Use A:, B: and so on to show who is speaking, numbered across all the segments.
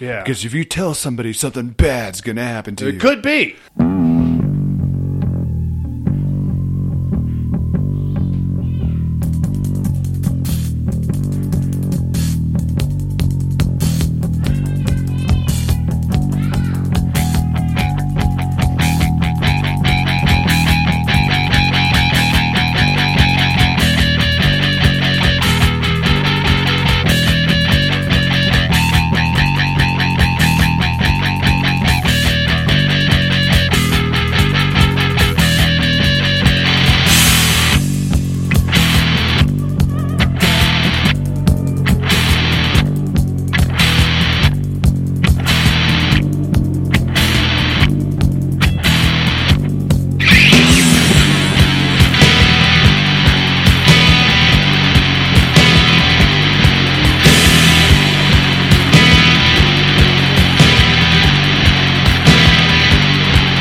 A: Yeah.
B: Because if you tell somebody something bad's going to happen to you.
A: It could be.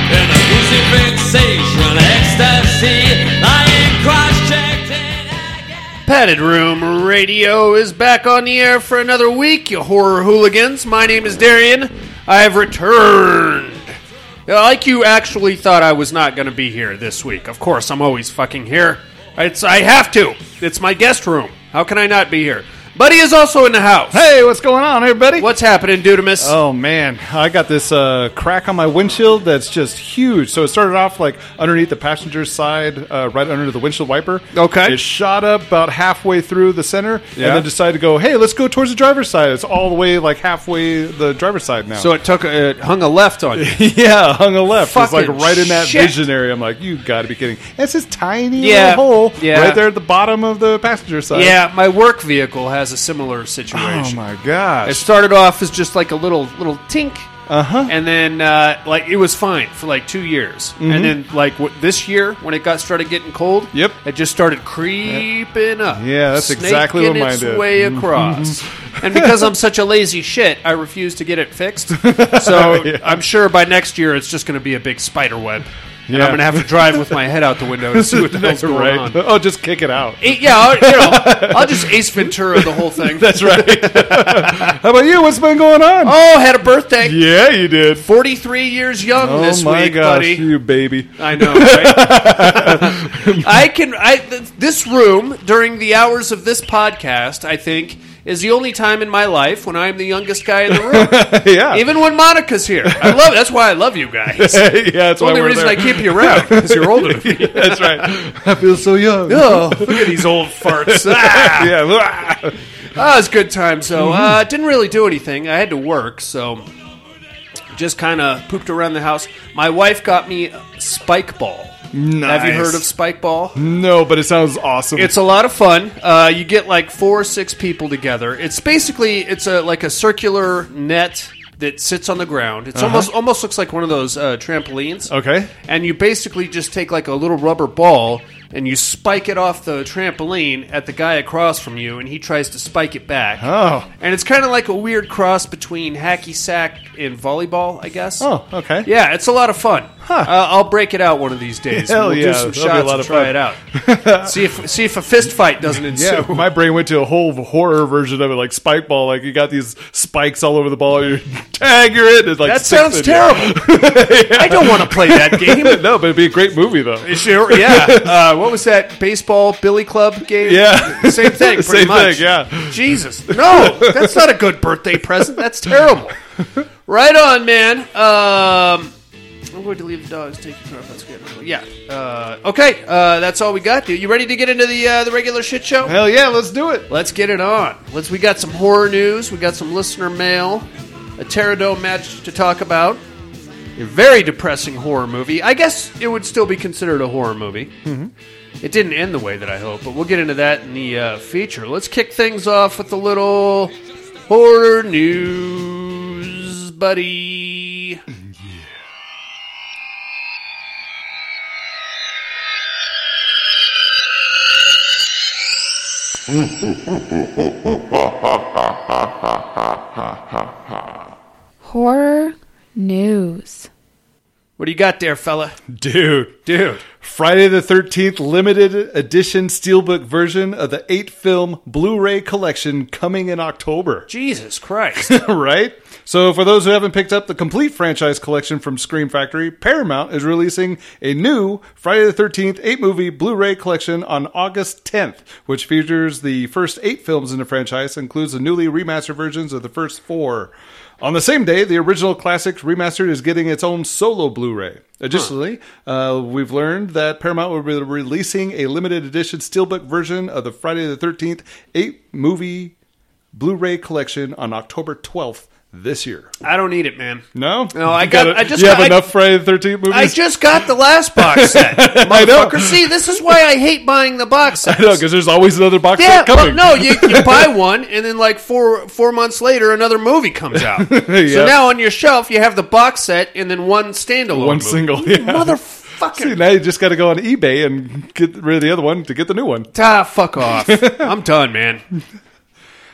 C: In a pussy fixation ecstasy, I am cross-checked and I get
A: Padded Room Radio is back on the air for another week, you horror hooligans. My name is Darian. I have returned. Like you actually thought I was not going to be here this week. Of course, I'm always fucking here. It's I have to. It's my guest room. How can I not be here? Buddy is also in the house.
D: Hey, what's going on, everybody?
A: What's happening, Dudamus?
D: Oh man, I got this uh, crack on my windshield that's just huge. So it started off like underneath the passenger side, uh, right under the windshield wiper.
A: Okay.
D: It shot up about halfway through the center,
A: Yeah.
D: and then decided to go. Hey, let's go towards the driver's side. It's all the way like halfway the driver's side now.
A: so it took it hung a left on you.
D: yeah, hung a left. It's like
A: Fucking
D: right in that
A: shit.
D: visionary. I'm like, you got to be kidding. It's this tiny
A: Yeah,
D: little hole
A: yeah.
D: right there at the bottom of the passenger side.
A: yeah, my work vehicle has a similar
D: Oh
A: situation.
D: my gosh.
A: It started off as just like a little little tink,
D: Uh-huh.
A: and then uh, like it was fine for like two years, and then like w- this year when it got started getting cold,
D: Mm-hmm. Yep.
A: it just started creeping up.
D: Yeah, that's exactly what
A: snaking
D: mine
A: its
D: did. Mm-hmm.
A: Way across, and because I'm such a lazy shit, I refuse to get it fixed. So I'm sure by next year it's just going to be a big spider web, and
D: Yeah.
A: I'm going to have to drive with my head out the window to see what the hell's going
D: Right.
A: on.
D: Oh, just kick it out.
A: Eh, Yeah, I'll, you know, I'll just Ace Ventura the whole thing.
D: That's right. How about you? What's been going on?
A: oh, had a birthday.
D: Yeah, you did.
A: 43 years young
D: Oh
A: this
D: my
A: week,
D: gosh,
A: buddy.
D: you baby.
A: I know, right? I can. I th- this room during the hours of this podcast, I think, is the only time in my life when I am the youngest guy in the room.
D: yeah.
A: Even when Monica's here, I love. That's why I love you guys. It's
D: yeah, that's
A: the
D: why
A: only
D: we're
A: reason
D: there.
A: I keep you around because you're older than me.
D: that's right. I feel so young.
A: Oh, look at these old farts. Ah,
D: yeah.
A: Ah, it was a good time. So
D: Mm-hmm.
A: uh, didn't really do anything. I had to work, so just kind of pooped around the house. My wife got me spike ball. Have you
D: Nice. Mm.
A: heard of spike ball?
D: No, but it sounds awesome.
A: It's a lot of fun. Uh, you get like four or six people together. It's basically it's a like a circular net that sits on the ground. It's almost almost looks like one of those uh, trampolines.
D: Uh-huh. okay.
A: And you basically just take like a little rubber ball and you spike it off the trampoline at the guy across from you, and he tries to spike it back.
D: Oh.
A: And it's kind of like a weird cross between hacky sack and volleyball, I guess.
D: Oh, okay.
A: Yeah, it's a lot of fun. Uh, I'll break it out one of these days.
D: Hell
A: we'll
D: yeah,
A: do
D: that'll
A: some
D: be a
A: shots
D: lot
A: and
D: of
A: try
D: fun.
A: it out. see if see if a fist fight doesn't
D: Yeah,
A: ensue.
D: my brain went to a whole horror version of it, like spike ball. Like you got these spikes all over the ball. You tag your it. It like
A: that
D: sticks
A: sounds
D: in you.
A: terrible. I don't want to play that game.
D: no, but it'd be a great movie though.
A: Sure, yeah. Uh, what was that baseball Billy Club game?
D: Yeah.
A: same thing. Pretty
D: Same
A: much.
D: thing, yeah.
A: Jesus, no, that's not a good birthday present. That's terrible. Right on, man. Um, I'm going to leave the dogs. Take your car. Let's get. Yeah. Uh, okay. Uh, that's all we got. Dude. You ready to get into the uh, the regular shit show?
D: Hell yeah, let's do it.
A: Let's get it on. Let's. We got some horror news. We got some listener mail. A Pterodome match to talk about. A very depressing horror movie. I guess it would still be considered a horror movie. Mm-hmm. It didn't end the way that I hoped, but we'll get into that in the uh, feature. Let's kick things off with a little horror news, buddy.
E: Horror news.
A: What do you got there, fella?
D: Dude,
A: Dude.
D: Friday the 13th limited edition steelbook version of the 8 film Blu-ray collection coming in October,
A: Jesus Christ.
D: right? So, for those who haven't picked up the complete franchise collection from Scream Factory, Paramount is releasing a new Friday the 13th 8 movie Blu ray collection on August 10th, which features the first eight films in the franchise, includes the newly remastered versions of the first four. On the same day, the original classics remastered is getting its own solo Blu-ray. Additionally, uh, we've learned that Paramount will be releasing a limited edition steelbook version of the Friday the Thirteenth eight movie Blu-ray collection on October twelfth this year.
A: I don't need it, man.
D: No,
A: No, I
D: You
A: got-
D: it.
A: I just
D: you
A: got-
D: have
A: I-
D: enough Friday the Thirteenth movies.
A: I just got the last box set.
D: I know.
A: Motherfucker, see, this is why I hate buying the box sets.
D: because there's always another box
A: yeah,
D: set
A: well,
D: coming.
A: no, you, you buy one, and then like four four months later, another movie comes out. So
D: Yeah.
A: now on your shelf, you have the box set, and then one standalone,
D: one
A: movie.
D: single. Yeah. See,
A: Motherfucker,
D: now you just got to go on eBay and get rid of the other one to get the new one.
A: ah, fuck off. I'm done, man.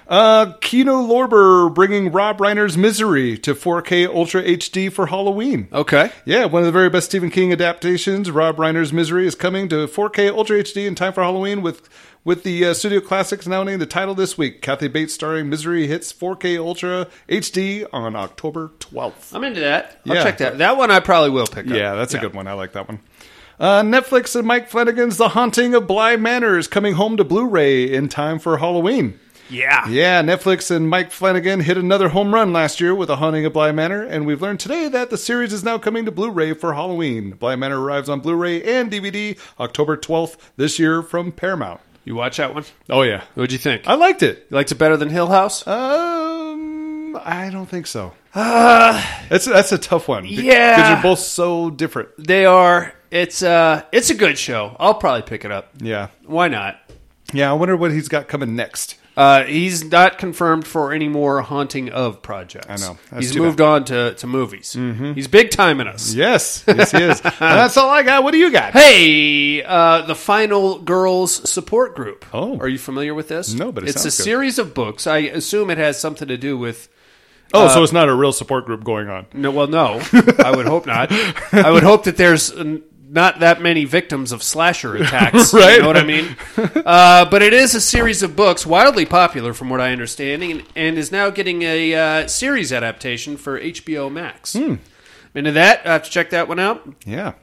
D: Uh, Kino Lorber bringing Rob Reiner's Misery to 4K Ultra HD for Halloween.
A: Okay,
D: Yeah, one of the very best Stephen King adaptations, Rob Reiner's Misery, is coming to 4K Ultra HD in time for Halloween with with the uh, studio classics nominating the title this week. Kathy Bates starring Misery hits 4K Ultra HD on October 12th.
A: I'm into that. I'll
D: Yeah.
A: check that. That one I probably will pick up.
D: Yeah, that's a good one. I like that one. Uh, Netflix and Mike Flanagan's The Haunting of Bly Manor is coming home to Blu-ray in time for Halloween.
A: yeah,
D: Yeah, Netflix and Mike Flanagan hit another home run last year with The Haunting of Bly Manor, and we've learned today that the series is now coming to Blu-ray for Halloween. Bly Manor arrives on Blu-ray and DVD October 12th this year from Paramount.
A: You watch that one.
D: Oh yeah,
A: What'd you think?
D: I liked it.
A: you liked it better than Hill House?
D: Um, I don't think so. Uh, that's that's a tough one.
A: Yeah.
D: because you're both so different.
A: they are. It's uh, it's a good show. I'll probably pick it up.
D: Yeah,
A: Why not?
D: yeah. I wonder what he's got coming next.
A: Uh, he's not confirmed for any more haunting of projects. I
D: know. That's
A: he's
D: too Mm-hmm.
A: moved on to, to movies. He's big timing us.
D: Yes, yes, he is. And that's all I got. What do you got?
A: Hey, uh, the Final Girls Support Group.
D: Oh.
A: are you familiar with this?
D: No, but it
A: it's a
D: sounds good.
A: series of books. I assume it has something to do with.
D: Oh, so it's not a real support group going on.
A: No, well, no. I would hope not. I would hope that there's n- not that many victims of slasher attacks. You
D: Right.
A: know what I mean? Uh, but it is a series of books, wildly popular from what I understand, and, and is now getting a uh, series adaptation for HBO Max. Into that, I have to check that one out.
D: Yeah.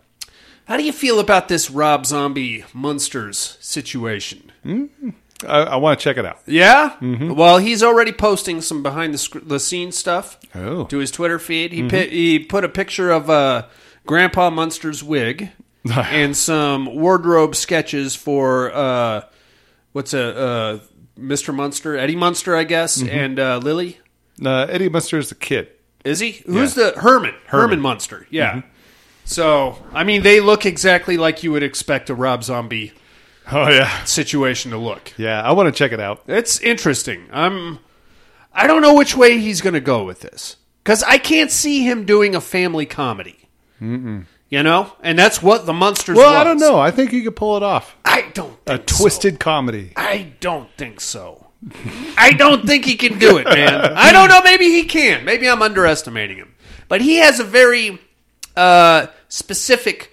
A: How do you feel about this Rob Zombie Munsters situation?
D: I, I want to check it out.
A: Yeah. Well, he's already posting some behind the sc- the scenes stuff
D: Oh.
A: to his Twitter feed. He pi- he put a picture of uh, Grandpa Munster's wig and some wardrobe sketches for uh, what's a uh, Mr. Munster, Eddie Munster, I guess, and uh, Lily.
D: Uh, Eddie Munster is the kid.
A: Is he? Who's the Herman? Herman Munster. Yeah. So, I mean, they look exactly like you would expect a Rob Zombie
D: Oh yeah,
A: situation to look.
D: yeah. I want to check it out.
A: It's interesting. I'm. I don't know which way he's going to go with this because I can't see him doing a family comedy. You know, and that's what the monsters.
D: Well,
A: was.
D: I don't know. I think you could pull it off.
A: I don't.
D: A
A: Think so.
D: twisted comedy.
A: I don't think so. I don't think he can do it, man. I don't know. Maybe he can. Maybe I'm underestimating him. But he has a very uh, specific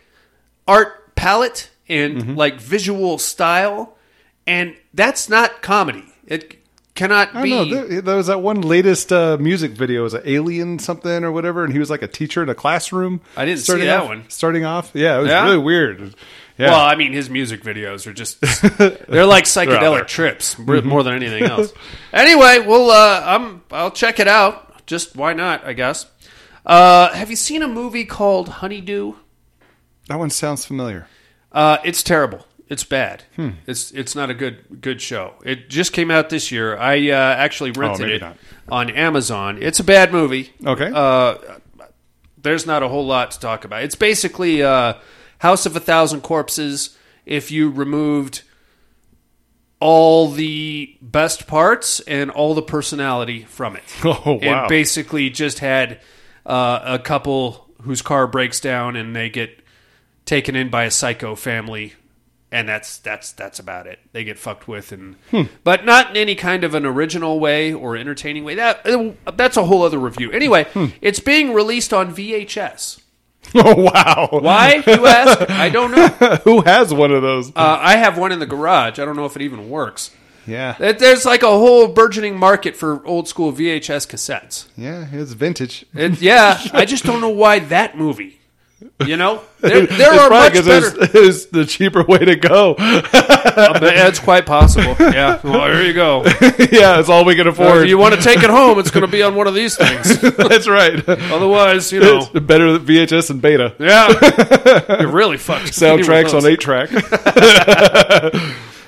A: art palette and
D: Mm-hmm.
A: like visual style, and that's not comedy. It cannot
D: I
A: be.
D: don't know. There, there was that one latest uh, music video. It was an alien something or whatever, and he was like a teacher in a classroom.
A: I didn't see
D: starting
A: that
D: off-
A: one.
D: Starting off, yeah, it was
A: Yeah?
D: really weird. Yeah,
A: Well, I mean, his music videos are just they're like psychedelic
D: there.
A: trips more
D: Mm-hmm.
A: more than anything else. anyway, well, uh, I'm I'll check it out. Just why not? I guess. Uh, have you seen a movie called Honeydew?
D: that one sounds familiar.
A: Uh, it's terrible. It's bad.
D: Hmm.
A: It's it's not a good good show. It just came out this year. I uh, actually rented
D: Oh, maybe
A: it
D: not. Oh.
A: on Amazon. It's a bad movie.
D: Okay.
A: Uh, there's not a whole lot to talk about. It's basically uh, House of a Thousand Corpses. If you removed all the best parts and all the personality from it,
D: Oh, wow.
A: and basically just had uh, a couple whose car breaks down and they get taken in by a psycho family and that's that's that's about it they get fucked with and
D: Hmm.
A: but not in any kind of an original way or entertaining way that uh, that's a whole other review anyway
D: Hmm.
A: it's being released on VHS
D: Oh wow!
A: why Uh, you ask I don't know uh,
D: Who has one of those?
A: I have one in the garage I don't know if it even works
D: Yeah.
A: There- There's like a whole burgeoning market for old school VHS cassettes.
D: Yeah, it's vintage.
A: It, yeah, I just don't know why that movie. You know, there, there
D: It's
A: are
D: probably
A: much
D: 'cause
A: better.
D: it was- it was the cheaper way to go.
A: That's quite possible. Yeah. Well, there you go.
D: yeah, it's all we can
A: Or
D: afford.
A: if you want to take it home, it's going to be on one of these things.
D: That's right.
A: Otherwise, you know.
D: It's better than VHS and beta.
A: Yeah, you're really fucked.
D: Soundtracks on eight track.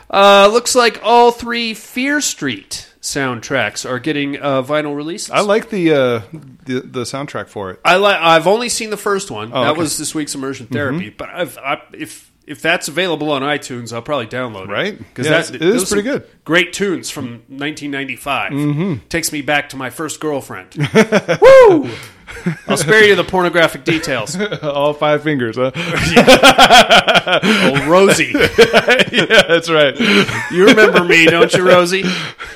A: Uh, looks like all three Fear Street soundtracks are getting uh, vinyl releases.
D: I like the, uh, the the soundtrack for it.
A: I like. I've only seen the first one. that
D: Oh, okay. Mm-hmm.
A: was this week's immersion therapy. But I've, I, if if that's available on iTunes, I'll probably download it.
D: Right?
A: Because
D: Yeah,
A: that's
D: it is
A: those are
D: pretty good. Mm-hmm.
A: Great tunes from 1995. Takes me back to my first girlfriend. Woo! I'll spare you the pornographic details.
D: All five fingers. Huh?
A: Oh, Rosie,
D: yeah, that's right.
A: you remember me, don't you, Rosie?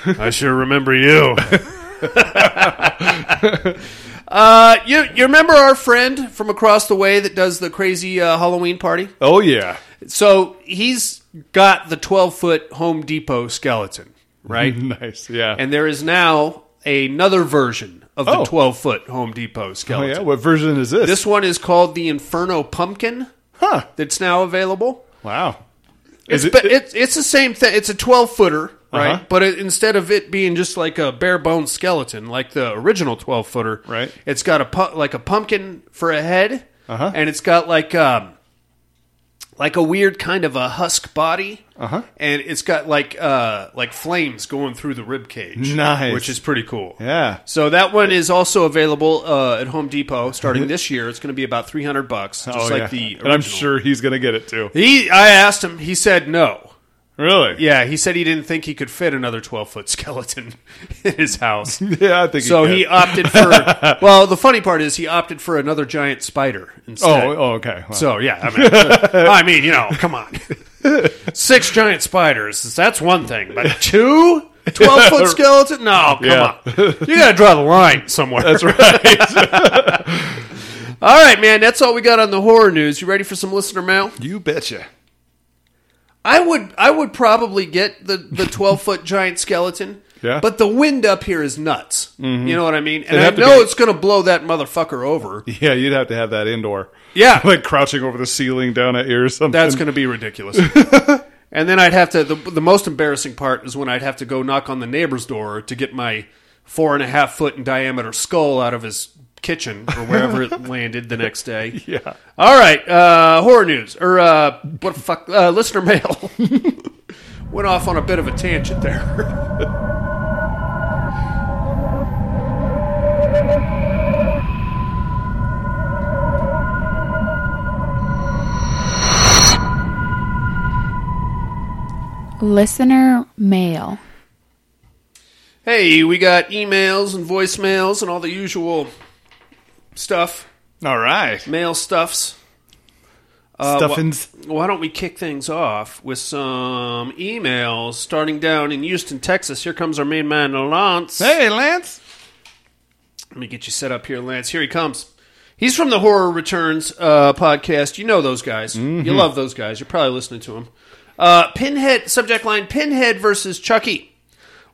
A: I sure remember you. Uh, you you remember our friend from across the way that does the crazy uh, Halloween party?
D: Oh yeah.
A: So he's got the 12 foot Home Depot skeleton, right?
D: Nice. Yeah.
A: and there is now another version of the
D: Oh.
A: 12 foot Home Depot
D: oh
A: skeleton.
D: yeah. What version is this?
A: This one is called the Inferno Pumpkin
D: Huh.
A: that's now available.
D: Wow. Is
A: It's,
D: it-
A: but it's, it's the same thing. It's a 12 footer, right?
D: Uh-huh.
A: But it, instead of it being just like a bare bones skeleton, like the original 12 footer,
D: Right.
A: It's got a pu- like a pumpkin for a head,
D: Uh-huh.
A: and it's got like um, like a weird kind of a husk body,
D: Uh-huh.
A: and it's got like uh, like flames going through the rib cage,
D: Nice.
A: which is pretty cool.
D: Yeah.
A: So that one is also available uh, at Home Depot starting this year. It's going to be about 300 bucks, just
D: oh,
A: like
D: yeah.
A: the original.
D: and I'm sure he's gonna get it too.
A: He, I asked him. He said no.
D: Really?
A: Yeah, he said he didn't think he could fit another 12 foot skeleton in his house.
D: Yeah. I think.
A: So
D: he.
A: he
D: can.
A: opted for. Well, the funny part is he opted for another giant spider instead.
D: oh. Oh. Okay. Wow.
A: So yeah, I mean, I mean, you know, come on, six giant spiders. That's one thing, but two 12 foot skeleton? No, come
D: Yeah.
A: on, you got to draw the line somewhere. That's right. all right, man. That's all we got on the horror news. You ready for some listener mail?
D: you betcha.
A: I would I would probably get the the twelve foot giant skeleton.
D: Yeah.
A: But the wind up here is nuts. You know what I mean? And
D: It'd
A: I
D: have to
A: know
D: be-
A: it's gonna blow that motherfucker over.
D: Yeah. You'd have to have that indoor.
A: Yeah.
D: like crouching over the ceiling down at ear or something.
A: That's gonna be ridiculous. and then I'd have to the the most embarrassing part is when I'd have to go knock on the neighbor's door to get my four and a half foot in diameter skull out of his kitchen or wherever it landed the next day.
D: Yeah.
A: All right, uh, horror news or uh, what the fuck? Uh, listener mail went off on a bit of a tangent there.
E: Listener mail.
A: Hey, we got emails and voicemails and all the usual stuff,
D: All right.
A: mail stuffs. Uh,
D: Stuffins.
A: wh- why don't we kick things off with some emails starting down in Houston, Texas? Here comes our main man, Lance.
D: Hey, Lance.
A: Let me get you set up here, Lance. Here he comes. He's from the Horror Returns uh, podcast. You know those guys. You love those guys. You're probably listening to them. Uh, Pinhead, subject line Pinhead versus Chucky.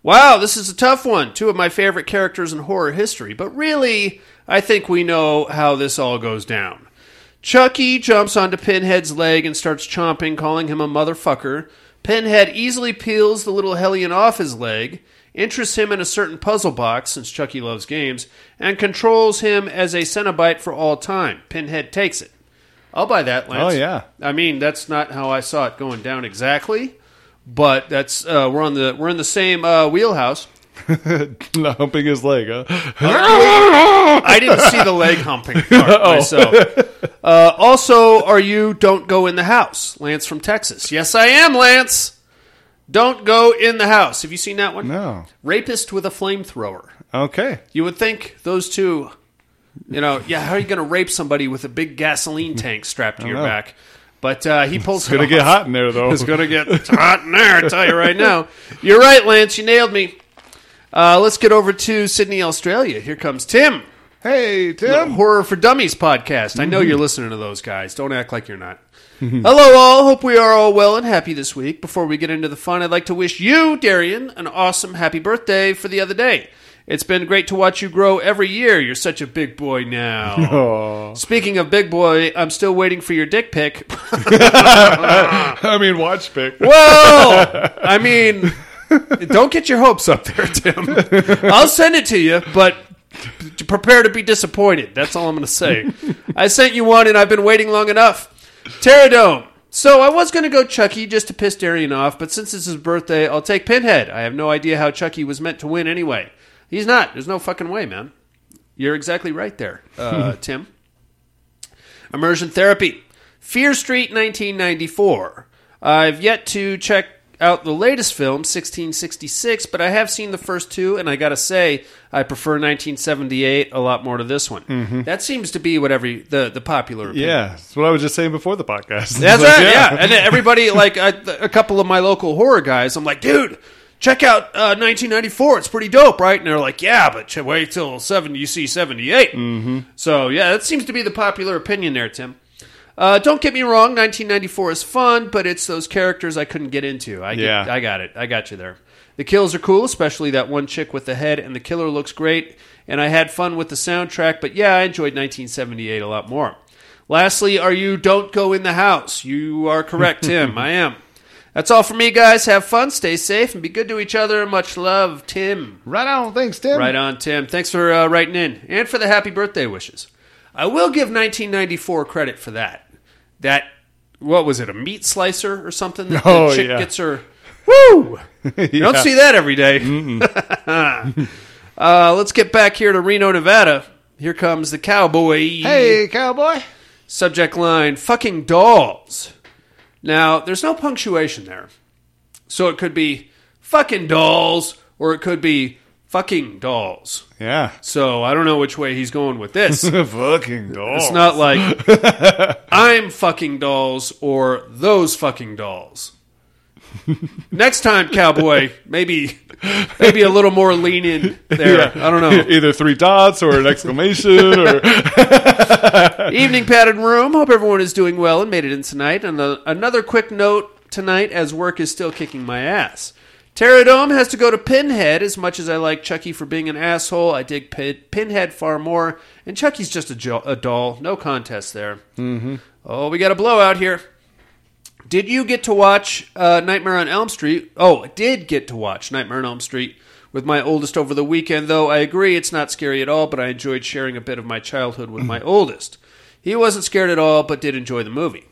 A: Wow, this is a tough one. Two of my favorite characters in horror history. But really, I think we know how this all goes down. Chucky jumps onto Pinhead's leg and starts chomping, calling him a motherfucker. Pinhead easily peels the little hellion off his leg, interests him in a certain puzzle box, since Chucky loves games, and controls him as a Cenobite for all time. Pinhead takes it. I'll buy that, Lance.
D: Oh, yeah.
A: I mean, that's not how I saw it going down exactly, but that's uh, we're on the we're in the same uh, wheelhouse.
D: Humping his leg. Huh?
A: I didn't see the leg humping part myself. Uh, also, are you don't go in the house, Lance from Texas? Yes, I am, Lance. Don't go in the house. Have you seen that one?
D: No.
A: Rapist with a flamethrower.
D: Okay.
A: You would think those two, you know, yeah. How are you going to rape somebody with a big gasoline tank strapped to your
D: know.
A: back? But uh, he pulls.
D: It's gonna get hot in there though.
A: It's going to get hot in there, I tell you right now. You're right, Lance. You nailed me. Uh, let's get over to Sydney, Australia. Here comes Tim,
D: Hey,
A: the
D: Tim.
A: Horror for Dummies podcast. I know you're listening to those guys. Don't act like you're not. Hello, all. Hope we are all well and happy this week. Before we get into the fun, I'd like to wish you, Darian, an awesome happy birthday for the other day. It's been great to watch you grow every year. You're such a big boy now. Speaking of big boy, I'm still waiting for your dick pic.
D: I mean, watch pick.
A: Whoa! I mean, don't get your hopes up there, Tim. I'll send it to you, but p- prepare to be disappointed. That's all I'm going to say. I sent you one, and I've been waiting long enough. Pterodome. So I was going to go Chucky just to piss Darian off, but since it's his birthday, I'll take Pinhead. I have no idea how Chucky was meant to win anyway. He's not. There's no fucking way, man. You're exactly right there, uh, Tim. Immersion Therapy. Fear Street 1994. I've yet to check out the latest film, 1666, but I have seen the first two, and I gotta say, I prefer 1978 a lot more to this one. That seems to be what every the, the popular opinion.
D: Yeah, that's what I was just saying before the podcast.
A: That's
D: Like,
A: right, yeah. And then everybody, like a, a couple of my local horror guys, I'm like, dude, check out uh, 1994. It's pretty dope, right? And they're like, yeah, but ch- wait till 70, you see 78. Mm-hmm. So, yeah, that seems to be the popular opinion there, Tim. Uh, don't get me wrong, 1994 is fun, but it's those characters I couldn't get into. I get,
D: Yeah.
A: I got it. I got you there. The kills are cool, especially that one chick with the head, and the killer looks great. And I had fun with the soundtrack, but yeah, I enjoyed 1978 a lot more. Lastly, are you Don't Go in the House? You are correct, Tim. I am. That's all for me, guys. Have fun, stay safe, and be good to each other. Much love, Tim.
D: Right on. Thanks, Tim.
A: Right on, Tim. Thanks for uh, writing in and for the happy birthday wishes. I will give 1994 credit for that. That what was it? A meat slicer or something? That
D: Oh,
A: the chick
D: yeah.
A: gets her. Woo! You don't see that every day. uh, let's get back here to Reno, Nevada. Here comes the cowboy.
D: Hey, cowboy.
A: Subject line: Fucking dolls. Now, there's no punctuation there, so it could be fucking dolls, or it could be fucking dolls.
D: Yeah.
A: So I don't know which way he's going with this. It's
D: Fucking dog.
A: not like I'm fucking dolls or those fucking dolls. Next time, cowboy, maybe maybe a little more lean in there. I don't know.
D: Either three dots or an exclamation or
A: Evening padded room. Hope everyone is doing well and made it in tonight. And uh, another quick note tonight, as work is still kicking my ass. Pterodome has to go to Pinhead. As much as I like Chucky for being an asshole, I dig Pin- Pinhead far more. And Chucky's just a, jo- a doll. No contest there. Mm-hmm. Oh, we got a blowout here. Did you get to watch uh, Nightmare on Elm Street? Oh, I did get to watch Nightmare on Elm Street with my oldest over the weekend, though I agree it's not scary at all, but I enjoyed sharing a bit of my childhood with my oldest. He wasn't scared at all, but did enjoy the movie.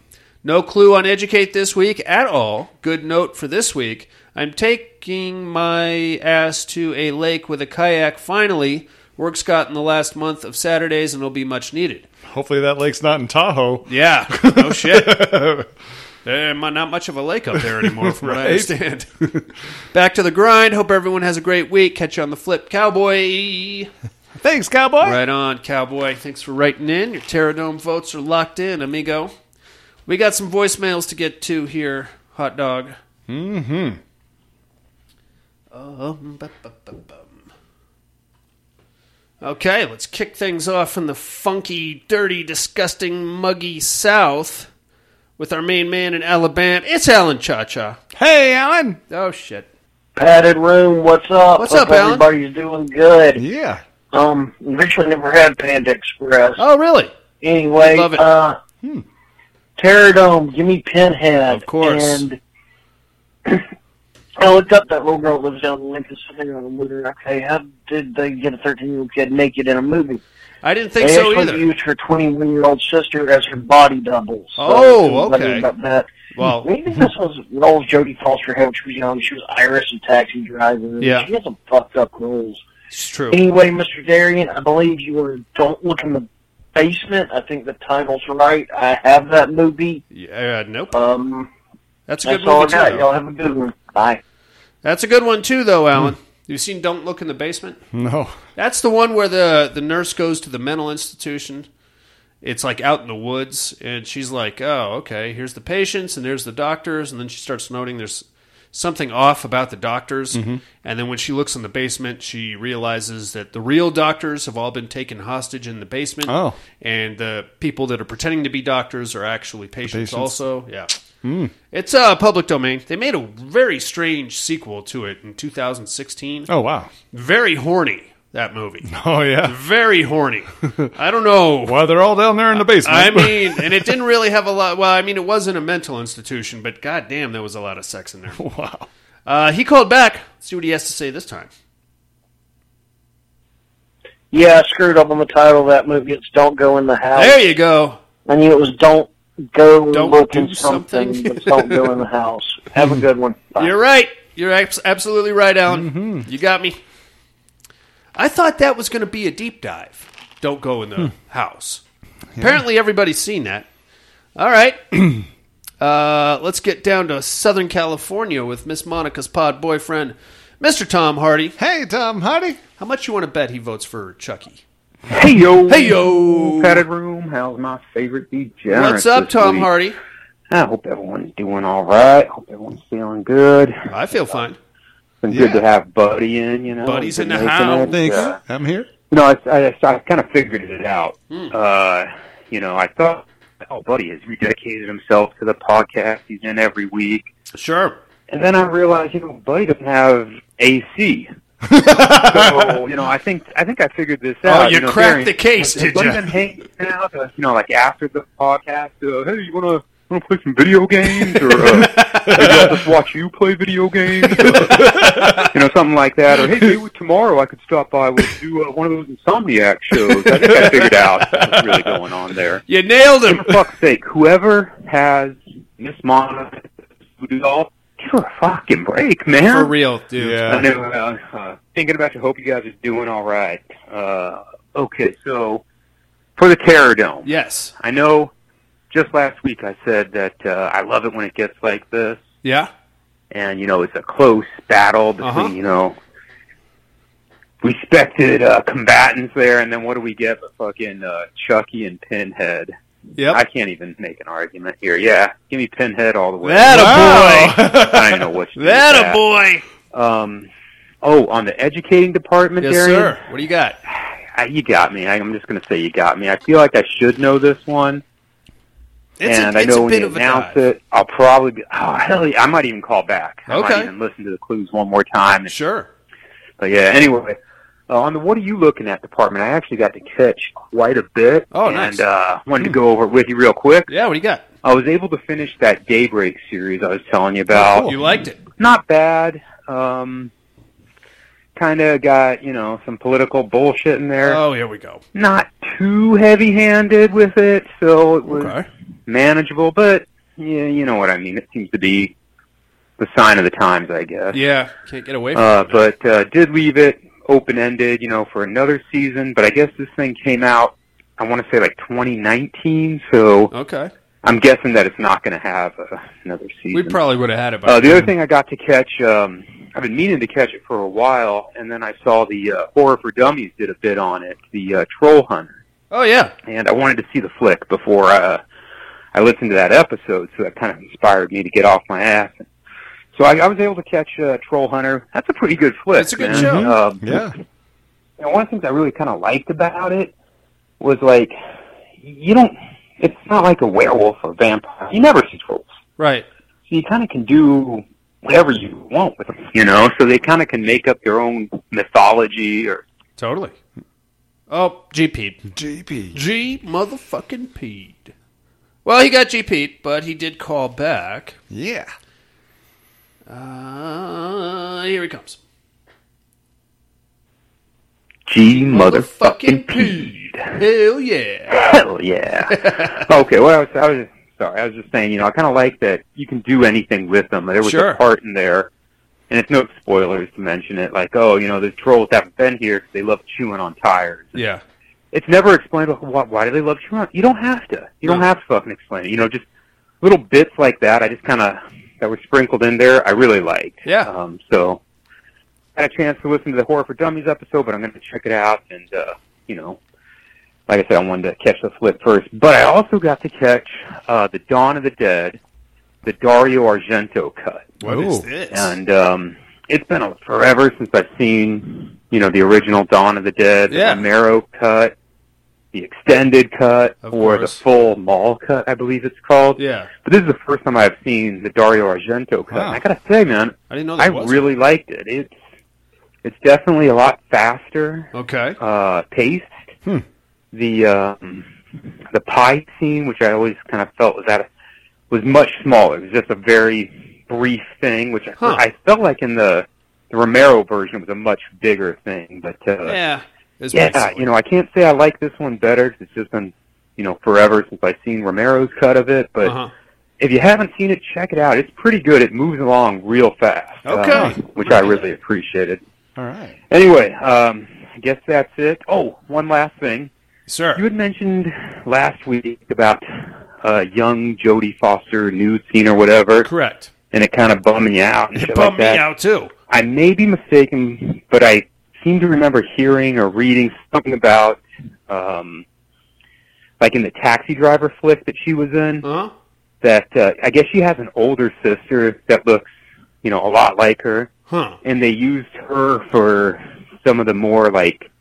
A: No clue on Educate this week at all. Good note for this week. I'm taking my ass to a lake with a kayak finally. Work's gotten the last month of Saturdays and will be much needed.
D: hopefully that lake's not in Tahoe.
A: Yeah. No shit. Eh, mu- not much of a lake up there anymore, from what I understand. Back to the grind. Hope everyone has a great week. Catch you on the flip, cowboy.
D: Thanks, cowboy.
A: Right on, cowboy. Thanks for writing in. Your Terradome votes are locked in, amigo. We got some voicemails to get to here, hot dog. Mm-hmm. Um, bu- bu- bu- bum. Okay, let's kick things off in the funky, dirty, disgusting, muggy South with our main man in Alabama. It's Alan Cha Cha.
D: Hey, Alan.
A: Oh shit.
F: Padded room, what's up?
A: What's
F: Hope
A: up, Alan?
F: Everybody's doing good.
D: Yeah.
F: Um, I've actually never had Panda Express.
A: Oh really?
F: anyway,
A: love it. Hmm.
F: uh, Pterodome, give me Pinhead.
A: Of course.
F: And I looked up that little girl that lives down in Lincoln Center and wondered, okay, how did they get a 13 year old kid naked in a movie?
A: I didn't think
F: They
A: so
F: actually
A: either.
F: used her 21 year old sister as her body double. So
A: Oh,
F: if you wonder
A: okay.
F: About that.
A: Well,
F: Maybe this was the role of Jodie Foster had when she was young. She was Irish and taxi driver.
A: Yeah.
F: She had some fucked up roles.
A: it's true.
F: Anyway, Mr. Darian, I believe you were Don't Look in the Basement. I think the title's right. I have that movie.
A: Yeah, uh, nope.
F: Um,
A: That's a good
F: that's all I
A: movie too.
F: got.
A: though.
F: Y'all have a good one. Bye.
A: That's a good one too, though, Alan. You've seen "Don't Look in the Basement."
D: No.
A: That's the one where the the nurse goes to the mental institution. It's like out in the woods, and she's like, "Oh, okay. Here's the patients, and there's the doctors." And then she starts noting there's something off about the doctors.
D: Mm-hmm.
A: And then when she looks in the basement, she realizes that the real doctors have all been taken hostage in the basement.
D: Oh.
A: And the people that are pretending to be doctors are actually patients,
D: patients. Hmm.
A: also. Yeah. It's uh, public domain. They made a very strange sequel to it in 2016.
D: Oh wow.
A: Very horny, that movie.
D: Oh yeah.
A: Very horny. I don't know.
D: Well, they're all down there in the basement.
A: I mean, and it didn't really have a lot. Well, I mean, it wasn't a mental institution, but goddamn, there was a lot of sex in there.
D: wow.
A: Uh, he called back. Let's see what he has to say this time.
F: Yeah, I screwed up on the title of that movie. It's Don't Go in the House.
A: There you go.
F: I knew it was Don't Go
A: Don't
F: Looking
A: do
F: Something,
A: something.
F: but Don't Go in the House. Have a good one. Bye.
A: You're right. You're abs- absolutely right, Alan. You got me. I thought that was going to be a deep dive. Don't go in the house. Apparently, everybody's seen that. All right. uh, let's get down to Southern California with Miss Monica's pod boyfriend, Mr. Tom Hardy.
D: Hey, Tom Hardy.
A: How much you want to bet he votes for Chucky?
G: Hey yo,
A: Hey, yo.
G: padded room. How's my favorite degenerate?
A: What's up,
G: this
A: Tom
G: week?
A: Hardy?
G: I hope everyone's doing all right. Hope everyone's feeling good. It's
A: I feel fine.
G: been
D: Yeah.
G: good to have Buddy in. You know,
A: Buddy's in the
G: Making
A: house.
G: it,
D: Thank
G: uh,
D: you. I'm here.
G: No, I, I, I kind of figured it out.
A: Hmm.
G: Uh, you know, I thought, oh, buddy has rededicated himself to the podcast. He's in every week,
A: Sure.
G: and then I realized, you know, buddy doesn't have AC.
D: Oh.
G: so you know, I think I think I figured this out.
A: oh, you,
G: know,
A: cracked
G: very-
A: the case, did
G: Buddy
A: you?
G: been hanging out, uh, you know, like after the podcast. Uh, hey, you wanna wanna play some video games, or uh, maybe I'll just watch you play video games, uh, you know, something like that. Or hey, maybe tomorrow I could stop by. We'll do uh, one of those Insomniac shows. I think I figured out what's really going on there.
A: You nailed
G: For
A: him.
G: fuck's sake, whoever has Miss Monica, who all, give her a fucking break, man.
A: For real, dude.
G: I
D: Yeah.
G: know. Uh, uh, thinking about you. Hope you guys are doing all right. Uh, okay, so for the Terror Dome,
A: Yes.
G: I know. Just last week, I said that uh, I love it when it gets like this,
A: Yeah.
G: and you know, it's a close battle between
A: Uh-huh.
G: you know respected uh, combatants there, and then what do we get? But fucking uh, Chucky and Pinhead.
A: Yep.
G: I can't even make an argument here. Yeah, give me Pinhead all the way.
A: That a boy.
G: I don't even know what. to do with
A: That a boy.
G: um, oh, on the educating department,
A: Yes,
G: Darian?
A: sir. What do you got?
G: I, you got me. I, I'm just going to say you got me. I feel like I should know this one,
A: It's
G: and
A: a,
G: I
A: it's
G: know
A: a
G: when
A: bit
G: you
A: of a
G: announce
A: dive.
G: it, I'll probably be. Oh, hell yeah! I might even call back. I
A: Okay.
G: might even listen to the clues one more time.
A: Sure.
G: But yeah. Anyway, uh, on the what are you looking at department? I actually got to catch quite a bit.
A: Oh,
G: and,
A: nice.
G: uh, wanted to go over it with you real quick.
A: Yeah. What do you got?
G: I was able to finish that Daybreak series I was telling you about.
A: You liked it.
G: not bad. Um, kind of got you know some political bullshit in there.
A: Oh, here we go.
G: not too heavy-handed with it, so it was
A: Okay.
G: manageable. But yeah, you know what I mean. It seems to be the sign of the times, I guess.
A: Yeah. Can't get away from.
G: Uh, but uh, did leave it open-ended, you know, for another season. But I guess this thing came out. I want to say like 2019, so
A: Okay.
G: I'm guessing that it's not going to have uh, another season.
A: We probably would have had it by.
G: Uh,
A: now.
G: the other thing I got to catch, um, I've been meaning to catch it for a while, and then I saw the uh, Horror for Dummies did a bit on it, the uh, Troll Hunter,
A: oh yeah.
G: and I wanted to see the flick before uh, I listened to that episode, so that kind of inspired me to get off my ass. So I, I was able to catch uh, Troll Hunter. That's a pretty good flick.
A: It's a good
G: man.
A: show.
G: Um,
D: Yeah.
G: and one of the things I really kind of liked about it was like, you don't. It's not like a werewolf or vampire. You never see trolls
A: Right.
G: so you kind of can do whatever you want with them, you know. So they kind of can make up their own mythology, or
A: Totally. Oh, GP'd.
B: JP.
A: G motherfucking P'd. Well, he got GP'd, but he did call back.
B: Yeah.
A: Uh, here he comes.
G: gee,
A: Motherfucking
G: motherfucking peed.
A: Hell yeah.
G: Hell yeah. okay, well, I was, I was sorry. I was just saying, you know, I kind of like that you can do anything with them. There was
A: Sure.
G: a part in there, and it's no spoilers to mention it. Like, oh, you know, the trolls haven't been here 'cause they love chewing on tires.
A: Yeah.
G: it's never explained like, why, why do they love Toronto. You don't have to. You don't
A: No.
G: have to fucking explain it. You know, just little bits like that. I just kind of that were sprinkled in there. I really liked.
A: Yeah.
G: Um, so I had a chance to listen to the Horror for Dummies episode, but I'm going to check it out. And uh, you know, like I said, I wanted to catch the flip first, but I also got to catch uh, the Dawn of the Dead, the Dario Argento cut.
D: What is
A: this?
G: and um, it's been a- forever since I've seen you know the original Dawn of the Dead,
D: Yeah.
G: the Marrow cut, the extended cut,
D: Of
G: or
D: course.
G: the full mall cut, I believe it's called.
D: Yeah.
G: But this is the first time I've seen the Dario Argento cut.
D: Wow. Oh,
G: And I gotta say, man,
A: I didn't know
G: I
A: that was.
G: really liked it. It's it's definitely a lot faster
A: okay.
G: uh, paced.
A: Hmm.
G: The um, the pie scene, which I always kind of felt was at a, was much smaller. It was just a very brief thing, which I,
A: Huh.
G: I felt like in the the Romero version was a much bigger thing. But uh,
A: Yeah. It's
G: yeah,
A: basically-
G: you know, I can't say I like this one better 'cause it's just been you know forever since I've seen Romero's cut of it. But
A: Uh-huh.
G: if you haven't seen it, check it out. It's pretty good. It moves along real fast,
A: Okay.
G: uh, which I really appreciated.
D: All right.
G: Anyway, um, I guess that's it. Oh, one last thing. You
A: Sir.
G: had mentioned last week about uh, young Jodie Foster nude scene or whatever,
A: Correct.
G: and it kind of bumming you out. And
A: It
G: shit
A: bummed
G: like that.
A: me out too.
G: I may be mistaken, but I seem to remember hearing or reading something about, um, like in the Taxi Driver flick that she was in,
A: Huh?
G: that uh, I guess she has an older sister that looks, you know, a lot like her,
A: Huh.
G: and they used her for some of the more like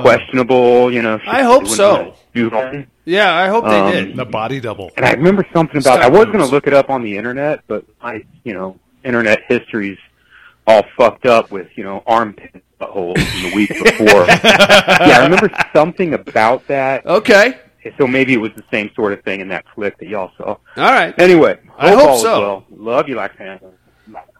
G: questionable, you know. shit
A: I hope
G: they wouldn't
A: so.
G: wanna do on.
A: Yeah, I hope
G: Um,
A: they did.
D: The body double.
G: And I remember something about.
D: Stop
G: I was going to
D: boobs.
G: look it up on the internet, but my you know internet history's all fucked up with you know armpit holes from the week before. yeah, I remember something about that.
A: Okay.
G: So maybe it was the same sort of thing in that flick that y'all saw.
A: All right.
G: Anyway,
A: I hope
G: all is
A: so.
G: Well. Love you, Laxan.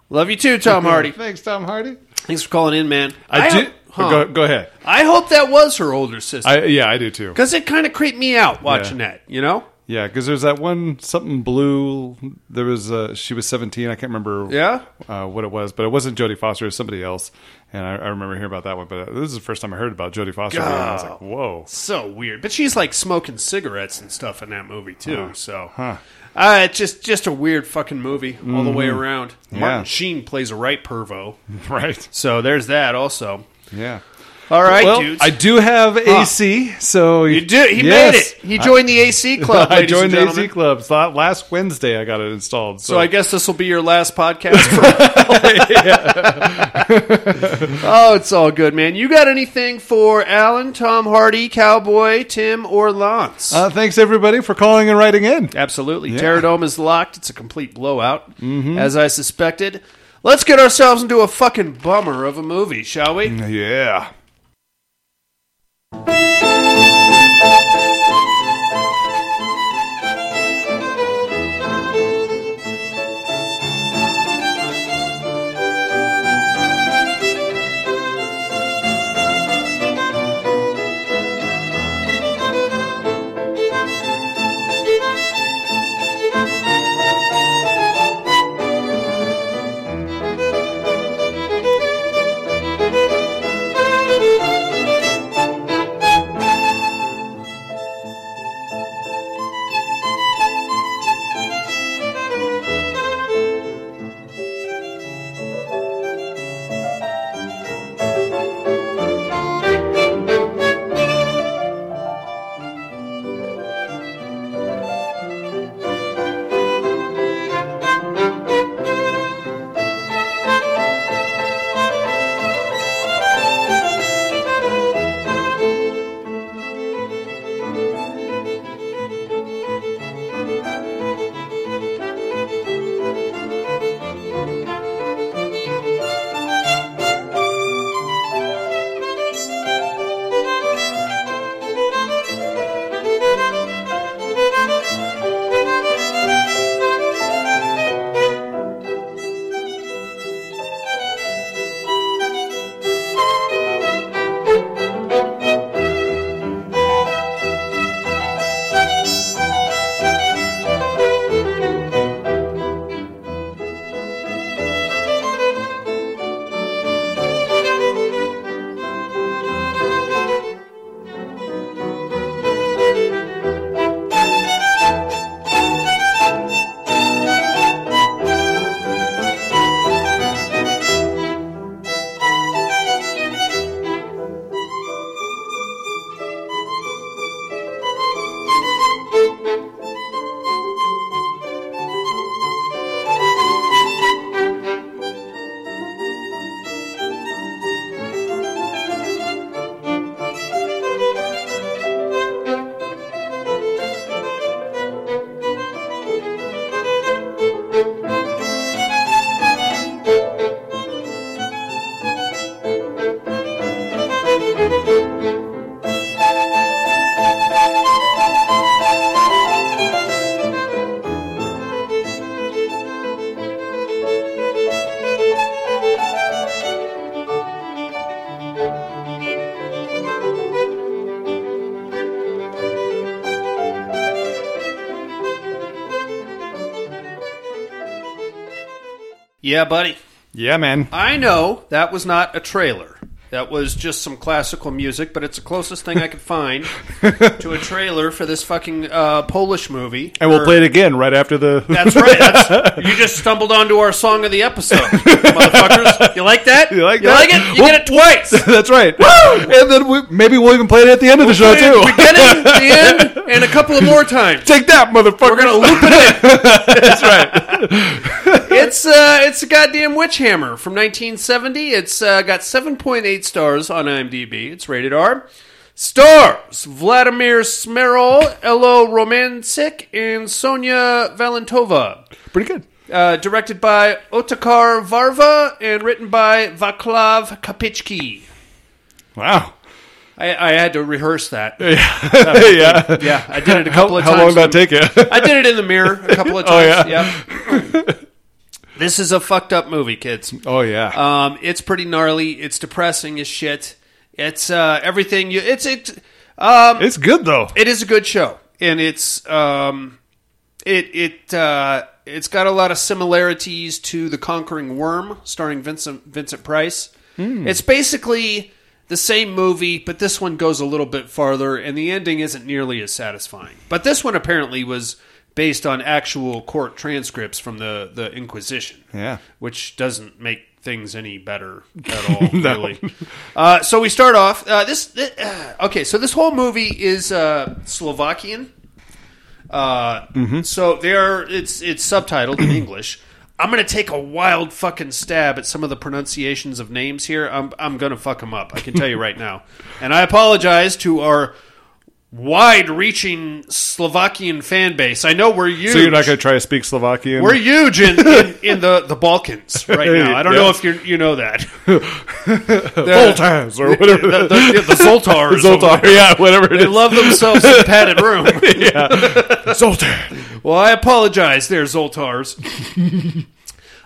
A: Love you too, Tom Hardy.
D: Thanks, Tom Hardy.
A: Thanks for calling in, man.
D: I, do.
A: Hope, huh.
D: Go, go ahead.
A: I hope that was her older sister
D: I yeah, I do too.
A: because it kind of creeped me out watching that. You know?
D: Yeah, because there's that one something blue. There was uh, she was 17. I can't remember.
A: Yeah.
D: uh, what it was, but it wasn't Jodie Foster. It was somebody else. And I, I remember hearing about that one. But uh, this is the first time I heard about Jodie Foster. And I was like, whoa.
A: So weird. But she's like smoking cigarettes and stuff in that movie too. So uh, it's just just a weird fucking movie all the way
D: Mm-hmm.
A: around. Martin Sheen plays a right pervo.
D: Right.
A: So there's that also.
D: Yeah.
A: All right,
D: well,
A: dudes.
D: I do have AC, so
A: you do. He
D: Yes.
A: made it. He joined the AC club.
D: I
A: ladies and
D: joined the
A: gentlemen.
D: AC Club so last Wednesday. I got it installed. So,
A: So I guess this will be your last podcast. For- oh, it's all good, man. You got anything for Alan, Tom Hardy, Cowboy, Tim, or Lance?
D: uh, thanks everybody for calling and writing in.
A: Absolutely. Terradome is locked. It's a complete blowout,
D: Mm-hmm.
A: as I suspected. Let's get ourselves into a fucking bummer of a movie, shall
D: Mm.
A: we?
D: Yeah.
A: Yeah, buddy.
D: Yeah, man.
A: I know that was not a trailer. That was just some classical music, but it's the closest thing I could find to a trailer for this fucking uh, Polish movie.
D: And we'll
A: Or-
D: play it again right after the.
A: That's right. That's, you just stumbled onto our song of the episode, motherfuckers. You like that?
D: You like
A: you
D: that?
A: Like it? You get it twice.
D: That's right. And then we, maybe we'll even play it at the end of the show too.
A: We get it, at the end, and a couple of more times.
D: Take that, motherfucker.
A: We're gonna loop it in. That's right. it's uh, it's a goddamn witch hammer from 1970. It's uh, got 7.8 stars on IMDb. It's rated R. Stars Vladimir Smerol, Elo Romancic, and Sonia Valentova.
D: Pretty good.
A: Uh, directed by Otakar Varva and written by Vaclav Kapichki.
D: Wow.
A: I, I had to rehearse that.
D: yeah.
A: Yeah, I did it a
D: How,
A: couple of
D: how
A: times.
D: long did that take you?
A: I did it in the mirror a couple of
D: Oh,
A: times.
D: yeah.
A: Yep. this is a fucked up movie, kids.
D: oh yeah.
A: Um, it's pretty gnarly. It's depressing as shit. It's uh, everything. You, it's it. Um,
D: it's good though.
A: it is a good show, and it's um, it it uh, it's got a lot of similarities to The Conquering Worm, starring Vincent Vincent Price. It's basically the same movie, but this one goes a little bit farther, and the ending isn't nearly as satisfying. But this one apparently was based on actual court transcripts from the the Inquisition
D: Yeah.
A: which doesn't make things any better at all. Really. Uh, so we start off uh, this. thi- uh, okay, so this whole movie is uh, Slovakian. Uh, So they are. It's it's subtitled in English. I'm gonna take a wild fucking stab at some of the pronunciations of names here. I'm I'm gonna fuck them up. I can tell you right now. And I apologize to our wide-reaching Slovakian fan base. I know we're huge.
D: So you're not going to try to speak Slovakian?
A: We're huge in, in, in the, the Balkans right now. I don't know
D: Yeah.
A: if you you know that.
D: full times or whatever.
A: The, the, the Zoltars.
D: Zoltar, yeah, whatever it
A: They
D: is.
A: love themselves a padded room.
D: Zoltar.
A: Well, I apologize there, Zoltars.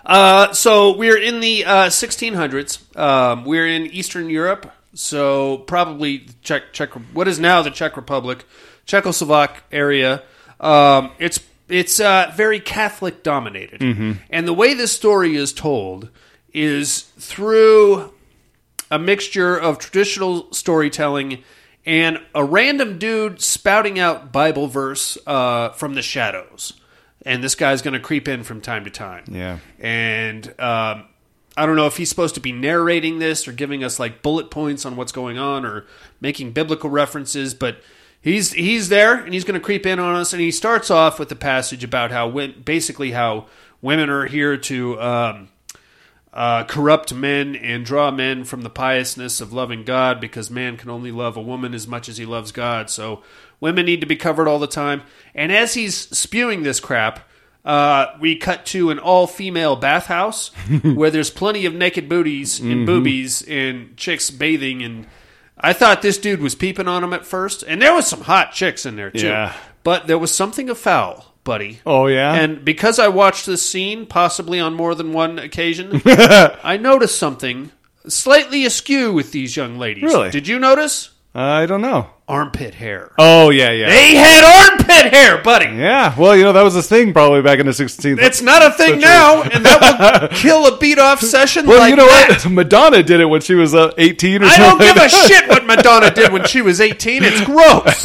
A: uh, so we're in the uh, 1600s. Um, we're in Eastern Europe. So probably Czech, Czech, what is now the Czech Republic, Czechoslovak area. Um, it's it's uh, very Catholic dominated, and the way this story is told is through a mixture of traditional storytelling and a random dude spouting out Bible verse uh, from the shadows. And this guy's going to creep in from time to time.
D: Yeah.
A: And um, I don't know if he's supposed to be narrating this or giving us like bullet points on what's going on or making biblical references, but he's he's there and he's going to creep in on us. And he starts off with the passage about how wom- basically how women are here to. Um, uh, corrupt men and draw men from the piousness of loving God because man can only love a woman as much as he loves God. So women need to be covered all the time. And as he's spewing this crap, uh, we cut to an all female bathhouse where there's plenty of naked booties and boobies and chicks bathing. And I thought this dude was peeping on them at first. And there was some hot chicks in there, too.
D: Yeah.
A: But there was something afoul, buddy.
D: Oh, yeah?
A: And because I watched this scene, possibly on more than one occasion, I noticed something slightly askew with these young ladies.
D: Really?
A: Did you notice?
D: I don't know.
A: Armpit hair.
D: Oh, yeah, yeah.
A: They had armpit hair, buddy.
D: Yeah, well, you know, that was this thing probably back in the 16th.
A: It's not a thing now, and that will kill a beat off session
D: well,
A: like
D: you know
A: that.
D: what? Madonna did it when she was uh, 18 or
A: I don't
D: something.
A: give a shit what Madonna did when she was 18. It's gross.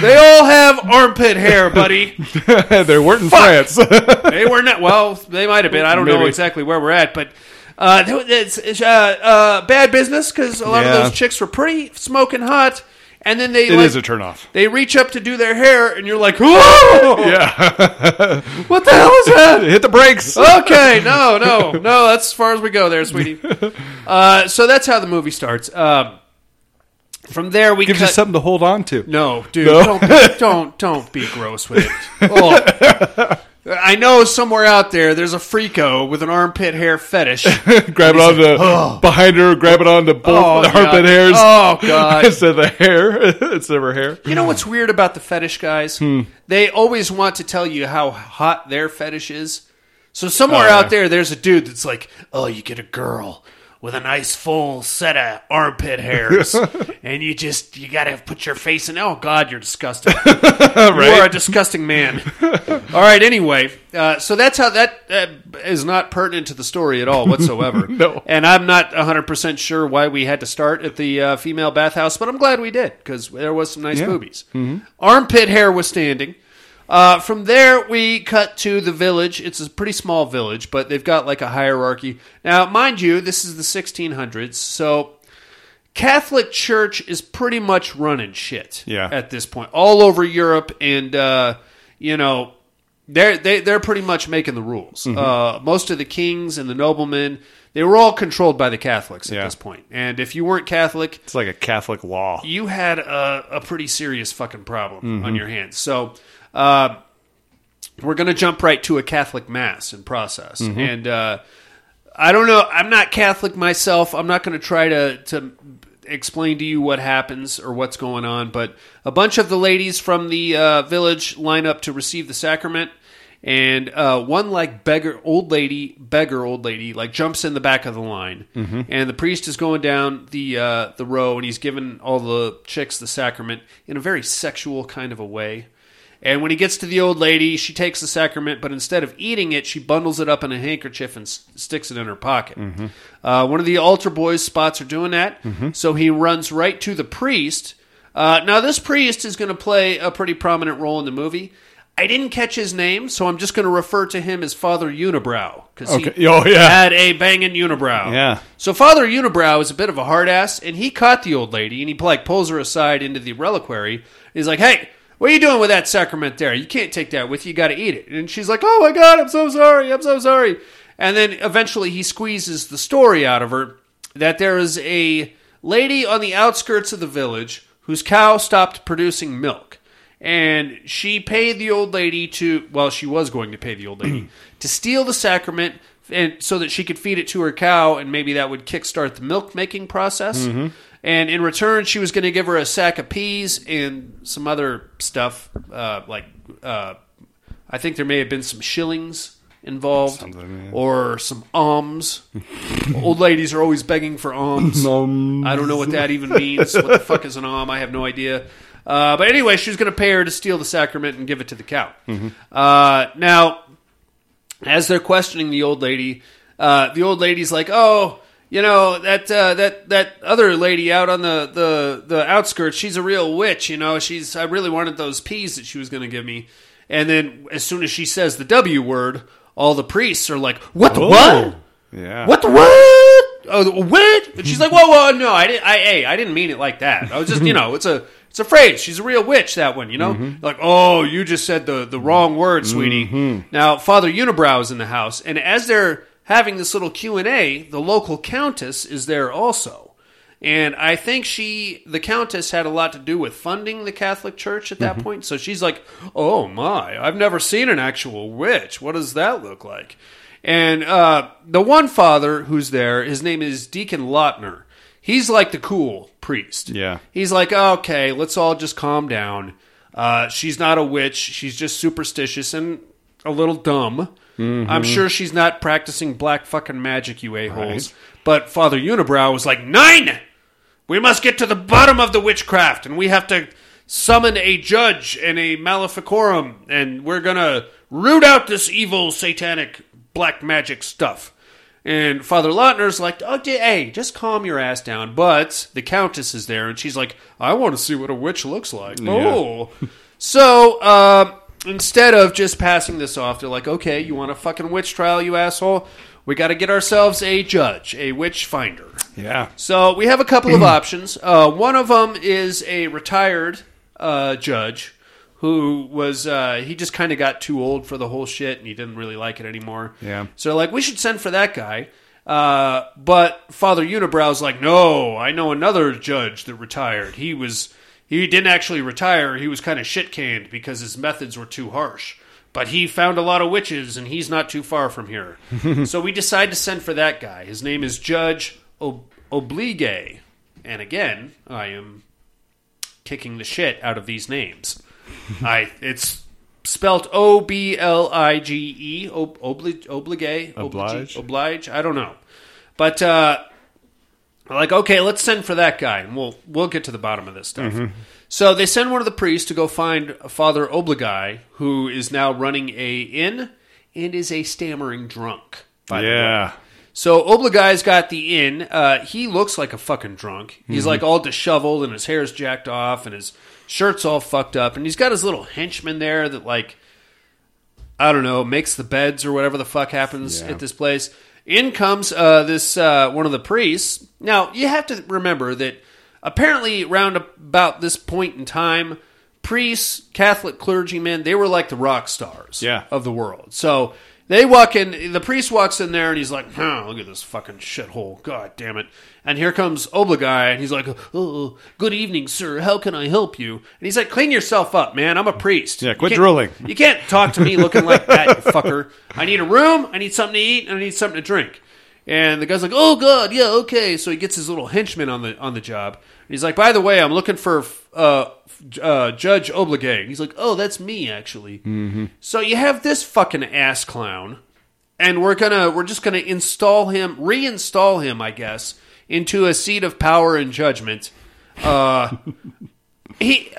A: they all have armpit hair, buddy.
D: they weren't in France.
A: they were not. Well, they might have been. I don't know
D: Maybe.
A: exactly where we're at, but uh, th- it's, it's, uh, uh, bad business because a lot
D: Yeah.
A: of those chicks were pretty smoking hot, and then they
D: It
A: like,
D: is a turnoff.
A: They reach up to do their hair, and you're like, "Whoa,
D: Yeah.
A: what the hell is that?"
D: Hit the brakes.
A: Oh, okay, no, no, no. That's as far as we go, there, sweetie. Uh, so that's how the movie starts. Um, from there, we
D: Gives you
A: cut.
D: something to hold on to.
A: No, dude,
D: No?
A: don't don't don't be gross with it. Oh. I know somewhere out there there's a freako with an armpit hair fetish.
D: grab it on the behind her, grab it on the both
A: Oh,
D: the armpit
A: God.
D: hairs.
A: Oh, God.
D: instead of the hair, instead of her hair.
A: You know what's weird about the fetish guys?
D: Hmm.
A: They always want to tell you how hot their fetish is. So somewhere
D: Oh, yeah.
A: out there there's a dude that's like, "Oh, you get a girl." with a nice full set of armpit hairs, and you just you gotta put your face in. Oh God, you're disgusting. You are a disgusting man. all right. Anyway, uh, so that's how that uh, is not pertinent to the story at all whatsoever.
D: No.
A: And I'm not 100 percent sure why we had to start at the uh, female bathhouse, but I'm glad we did because there was some nice movies.
D: Mm-hmm.
A: Armpit hair was standing. Uh, from there, we cut to the village. It's a pretty small village, but they've got like a hierarchy. Now, mind you, this is the 1600s, so Catholic Church is pretty much running shit.
D: Yeah.
A: At this point, all over Europe, and uh, you know, they're they, they're pretty much making the rules. Uh, most of the kings and the noblemen, they were all controlled by the Catholics at
D: Yeah.
A: this point. And if you weren't Catholic,
D: It's like a Catholic law.
A: you had a, a pretty serious fucking problem on your hands. So uh, we're going to jump right to a Catholic mass in process, and uh, I don't know. I'm not Catholic myself. I'm not going to try to to explain to you what happens or what's going on, but a bunch of the ladies from the uh, village line up to receive the sacrament. And uh, one like beggar old lady, beggar old lady, like jumps in the back of the line, and the priest is going down the uh, the row, and he's giving all the chicks the sacrament in a very sexual kind of a way. And when he gets to the old lady, she takes the sacrament, but instead of eating it, she bundles it up in a handkerchief and s- sticks it in her pocket. Uh, one of the altar boys spots her doing that, so he runs right to the priest. Uh, now, this priest is going to play a pretty prominent role in the movie. I didn't catch his name, so I'm just going to refer to him as Father Unibrow because
D: Okay.
A: he
D: Oh, yeah.
A: had a banging unibrow.
D: Yeah.
A: So Father Unibrow is a bit of a hard ass, and he caught the old lady, and he like pulls her aside into the reliquary. He's like, "Hey, what are you doing with that sacrament there? You can't take that with you. You got to eat it." And she's like, "Oh my God, I'm so sorry. I'm so sorry." And then eventually he squeezes the story out of her that there is a lady on the outskirts of the village whose cow stopped producing milk. And she paid the old lady to, well, she was going to pay the old lady to steal the sacrament and so that she could feed it to her cow and maybe that would kickstart the milk making process. And in return, she was going to give her a sack of peas and some other stuff, uh, like uh, I think there may have been some shillings involved or some alms. old ladies are always begging for alms.
D: Um,
A: I don't know what that even means. what the fuck is an alm? I have no idea. Uh, but anyway, she was going to pay her to steal the sacrament and give it to the cow. Uh, now, as they're questioning the old lady, uh, the old lady's like, "Oh, you know that uh, that that other lady out on the, the the outskirts, she's a real witch. You know, she's I really wanted those peas that she was going to give me." And then as soon as she says the W word, all the priests are like, "What the what?"
D: Yeah.
A: What the what? Oh, the what? And she's like, whoa, whoa, no, I didn't. I, hey, I didn't mean it like that. I was just, you know, it's a, it's a phrase. She's a real witch. That one, you know, like, oh, you just said the the wrong word, sweetie. Now, Father Unibrow is in the house, and as they're having this little Q and A, the local countess is there also. And I think she, the Countess, had a lot to do with funding the Catholic Church at that point. So she's like, oh my, I've never seen an actual witch. What does that look like? And uh, the one father who's there, his name is Deacon Lautner. He's like the cool priest.
D: Yeah.
A: He's like, "Oh, okay, let's all just calm down. Uh, she's not a witch. She's just superstitious and a little dumb. I'm sure she's not practicing black fucking magic, you a-holes. But Father Unibrow was like, nine! We must get to the bottom of the witchcraft, and we have to summon a judge and a maleficorum, and we're gonna root out this evil satanic black magic stuff. And Father Lautner's like, oh, d- hey, just calm your ass down. But the Countess is there, and she's like, I want to see what a witch looks like. Oh. so, um, instead of just passing this off, they're like, okay, you want a fucking witch trial, you asshole? We got to get ourselves a judge, a witch finder.
D: Yeah.
A: So we have a couple of options. Uh, one of them is a retired uh, judge who was uh, he just kind of got too old for the whole shit and he didn't really like it anymore.
D: Yeah.
A: So like we should send for that guy. Uh, but Father Unibrow's like, no, I know another judge that retired. He was he didn't actually retire. He was kind of shit canned because his methods were too harsh. But he found a lot of witches, and he's not too far from here. so we decide to send for that guy. His name is Judge Ob- Oblige. And again, I am kicking the shit out of these names. I it's spelt O B L I G E oblige oblige oblige
D: Oblige?
A: oblige. I don't know, but uh, like, okay, let's send for that guy, and we'll we'll get to the bottom of this stuff. So they send one of the priests to go find Father Obligai, who is now running a inn and is a stammering drunk. By the way.
D: Yeah.
A: So Obligai's got the inn. Uh, he looks like a fucking drunk. He's like all disheveled and his hair's jacked off and his shirt's all fucked up. And he's got his little henchman there that like I don't know makes the beds or whatever the fuck happens at this place. In comes uh, this uh, one of the priests. Now you have to remember that apparently round about this point in time, priests, Catholic clergymen, they were like the rock stars
D: Yeah.
A: of the world. So they walk in. The priest walks in there, and he's like, "Huh, "Look at this fucking shithole! God damn it!" And here comes Obligai, and he's like, "Oh, good evening, sir. How can I help you?" And he's like, "Clean yourself up, man. I'm a priest.
D: Yeah, quit
A: You can't-
D: drooling."
A: You can't talk to me looking like that, you fucker. I need a room. I need something to eat, and I need something to drink." And the guy's like, "Oh God, yeah, okay." So he gets his little henchman on the on the job. And he's like, "By the way, I'm looking for uh, uh, Judge Obligate." And he's like, "Oh, that's me actually."
D: Mm-hmm.
A: So you have this fucking ass clown, and we're gonna we're just gonna install him, reinstall him, I guess, into a seat of power and judgment. Uh, he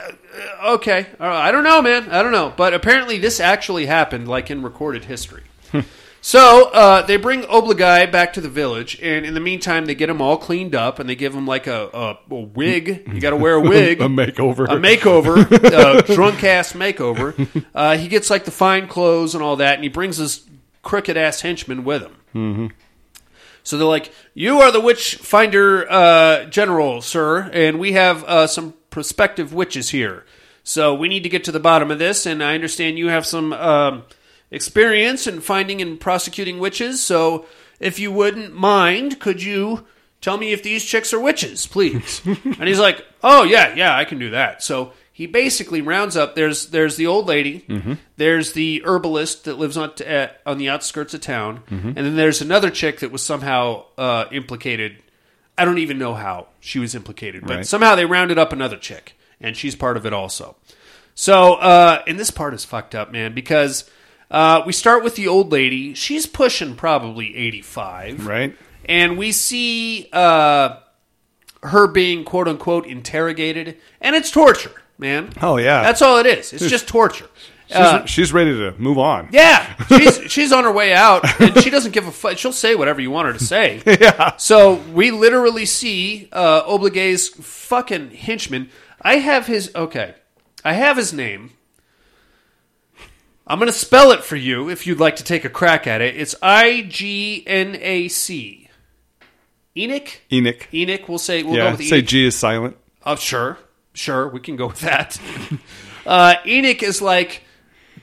A: uh, okay, uh, I don't know, man, I don't know, but apparently this actually happened, like in recorded history.
D: Hmm.
A: So uh, they bring Obligai back to the village, and in the meantime, they get him all cleaned up, and they give him like a, a, a wig. You got to wear a wig,
D: A makeover.
A: a makeover, uh, drunk ass makeover. Uh, he gets like the fine clothes and all that, and he brings his crooked ass henchman with him. Mm-hmm. So they're like, "You are the witch finder uh, general, sir, and we have uh, some prospective witches here. So we need to get to the bottom of this. And I understand you have some um, experience in finding and prosecuting witches. So if you wouldn't mind, could you?" Tell me if these chicks are witches, please. and he's like, "Oh yeah, yeah, I can do that." So he basically rounds up. There's there's the old lady.
D: Mm-hmm.
A: There's the herbalist that lives on t- uh, on the outskirts of town,
D: Mm-hmm.
A: and then there's another chick that was somehow uh, implicated. I don't even know how she was implicated, but
D: Right.
A: somehow they rounded up another chick, and she's part of it also. So, uh, and this part is fucked up, man, because uh, we start with the old lady. She's pushing probably eighty five,
D: Right?
A: and we see uh, her being quote unquote interrogated, and it's torture, man.
D: Oh, yeah.
A: that's all it is. It's just torture.
D: She's,
A: Uh,
D: she's ready to move on.
A: yeah, she's she's on her way out, and she doesn't give a fuck. She'll say whatever you want her to say. yeah. So we literally see uh, Obligate's fucking henchman. I have his okay. I have his name. I'm gonna spell it for you if you'd like to take a crack at it. It's I G N A C. Enoch.
D: Enoch.
A: Enoch. We'll say we'll go
D: yeah.
A: with
D: Say
A: Enoch.
D: G is silent.
A: Oh, sure, sure, we can go with that. uh, Enoch is like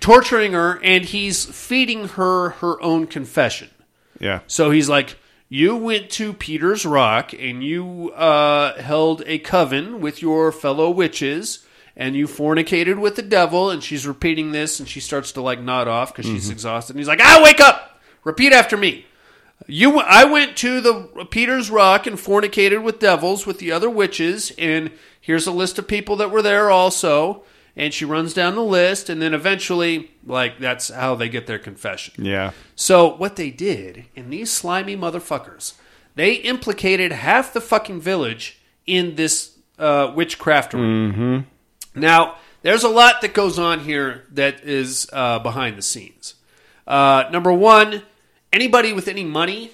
A: torturing her, and he's feeding her her own confession.
D: Yeah.
A: So he's like, "You went to Peter's Rock, and you uh, held a coven with your fellow witches." And you fornicated with the devil, and she's repeating this, and she starts to like nod off because she's exhausted. And he's like, "Ah, wake up! Repeat after me. You, I went to the Peter's Rock and fornicated with devils with the other witches, and here's a list of people that were there also. And she runs down the list, and then eventually, like that's how they get their confession.
D: Yeah.
A: So what they did, and these slimy motherfuckers, they implicated half the fucking village in this uh, witchcraft ring. Now, there's a lot that goes on here that is uh, behind the scenes. Uh, number one, anybody with any money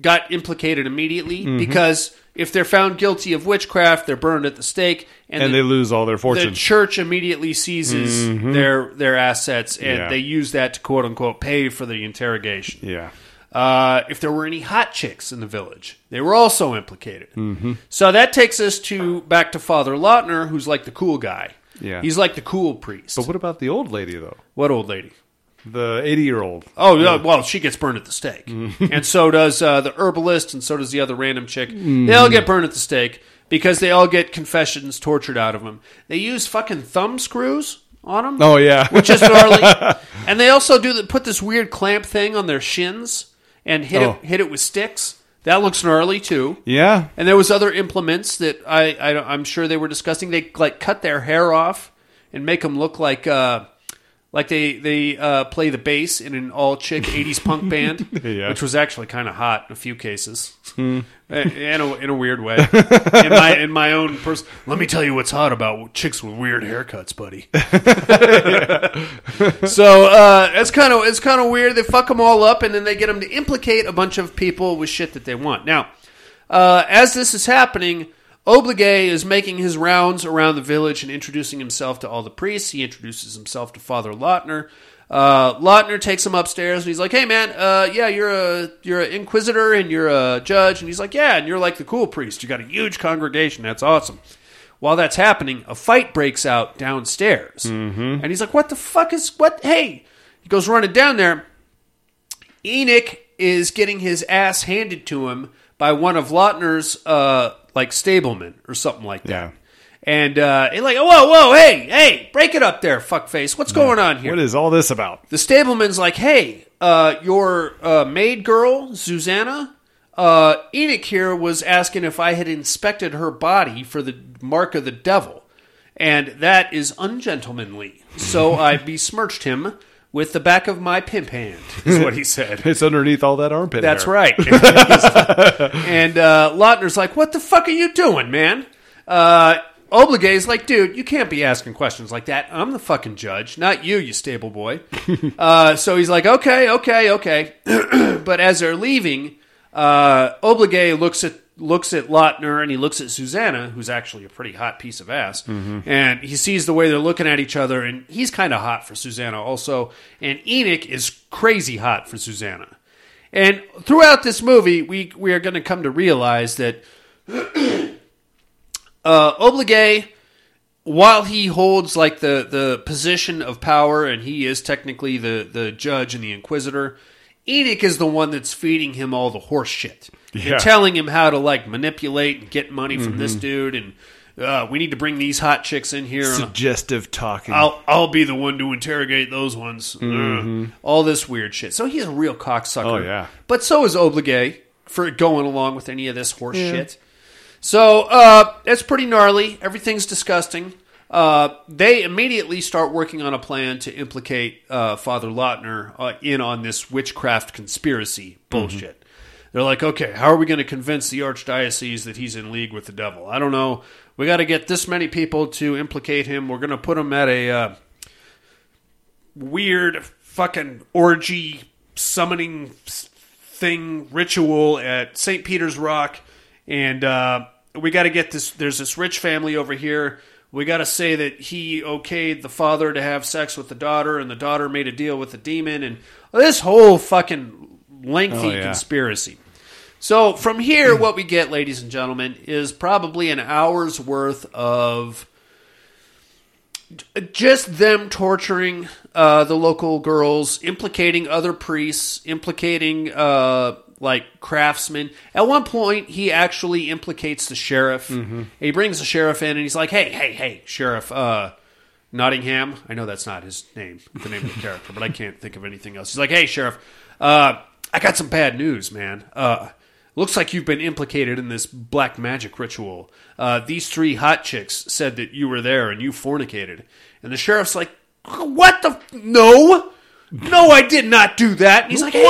A: got implicated immediately because if they're found guilty of witchcraft, they're burned at the stake, and,
D: And
A: the-
D: they lose all their
A: the
D: fortune. Mm-hmm.
A: church immediately seizes their their assets and
D: Yeah.
A: they use that to quote unquote pay for the interrogation.
D: yeah.
A: Uh, if there were any hot chicks in the village, they were also implicated.
D: Mm-hmm.
A: So that takes us to back to Father Lautner, who's like the cool guy.
D: Yeah.
A: he's like the cool priest.
D: But what about the old lady, though?
A: what old lady?
D: The 80 year old.
A: Oh, yeah, well, she gets burned at the stake.
D: Mm-hmm.
A: and so does uh, the herbalist, and so does the other random chick.
D: Mm-hmm.
A: They all get burned at the stake because they all get confessions tortured out of them. They use fucking thumb screws on them.
D: Oh, yeah.
A: Which is gnarly. and they also do the, put this weird clamp thing on their shins and hit,
D: Oh.
A: it, hit it with sticks. That looks gnarly, too.
D: yeah.
A: And there was other implements that I, I don't- I'm sure they were discussing. They like cut their hair off and make them look like uh, Like they they uh, play the bass in an all chick '80s punk band,
D: Yeah. Hmm.
A: which was actually kind of hot in a few cases, in, a, in a weird way. in my in my own person, let me tell you what's hot about chicks with weird haircuts, buddy. so uh, it's kind of it's kind of weird. They fuck them all up, and then they get them to implicate a bunch of people with shit that they want. Now, uh, as this is happening, Obligé is making his rounds around the village and introducing himself to all the priests. He introduces himself to Father Lautner. Uh, Lautner takes him upstairs and he's like, "Hey, man, uh, yeah, you're a you're an inquisitor and you're a judge." And he's like, "Yeah, and you're like the cool priest. You got a huge congregation. That's awesome." While that's happening, a fight breaks out downstairs. Mm-hmm. And he's like, What the fuck is what? Hey, he goes running down there. Enoch is getting his ass handed to him by one of Lautner's, uh, like, stablemen or something like that.
D: Yeah.
A: And uh, he's like, Whoa, whoa, hey, hey, break it up there, fuckface. What's going on here?
D: What is all this about?
A: the stableman's like, hey, uh, your uh, maid girl, Susanna, uh, Enoch here was asking if I had inspected her body for the mark of the devil. And that is ungentlemanly. So I besmirched him with the back of my pimp hand, is what he said.
D: It's underneath all that armpit.
A: That's
D: hair.
A: right. and uh, Lautner's like, "What the fuck are you doing, man?" Uh, Obligate's like, "Dude, you can't be asking questions like that. I'm the fucking judge, not you, you stable boy." uh, so he's like, "Okay, okay, okay." but as they're leaving, uh, Obligate looks at looks at Lautner and he looks at Susanna, who's actually a pretty hot piece of ass, and he sees the way they're looking at each other, and he's kind of hot for Susanna also, and Enoch is crazy hot for Susanna. And throughout this movie, we we are going to come to realize that uh, Obligé, while he holds like the the position of power, and he is technically the the judge and the inquisitor, Enoch is the one that's feeding him all the horse shit
D: Yeah.
A: and telling him how to like manipulate and get money from this dude, and uh, we need to bring these hot chicks in here. and-
D: Suggestive talking.
A: I'll I'll be the one to interrogate those ones. Ugh. All this weird shit. So he's a real cocksucker.
D: Oh, yeah.
A: But so is Obligé for going along with any of this horse shit. So uh, it's pretty gnarly. Everything's disgusting. Uh, they immediately start working on a plan to implicate uh, Father Lautner uh, in on this witchcraft conspiracy bullshit.
D: Mm-hmm.
A: They're like, okay, how are we going to convince the archdiocese that he's in league with the devil? I don't know. We got to get this many people to implicate him. We're going to put him at a uh, weird fucking orgy summoning s- thing ritual at St. Peter's Rock, and uh, we got to get this. There's this rich family over here. We got to say that he okayed the father to have sex with the daughter, and the daughter made a deal with the demon, and this whole fucking lengthy
D: Oh, yeah.
A: conspiracy. So from here, what we get, ladies and gentlemen, is probably an hour's worth of just them torturing uh, the local girls, implicating other priests, implicating uh, like craftsmen. At one point, he actually implicates the sheriff. He brings the sheriff in, and he's like, "Hey, hey, hey, sheriff." Uh, Nottingham. I know that's not his name, the name of the character, but I can't think of anything else. He's like, "Hey, sheriff, uh, I got some bad news, man. Uh, looks like you've been implicated in this black magic ritual. Uh, these three hot chicks said that you were there and you fornicated." And the sheriff's like, "What the? F- no, no, I did not do that." And he's like, "Hey,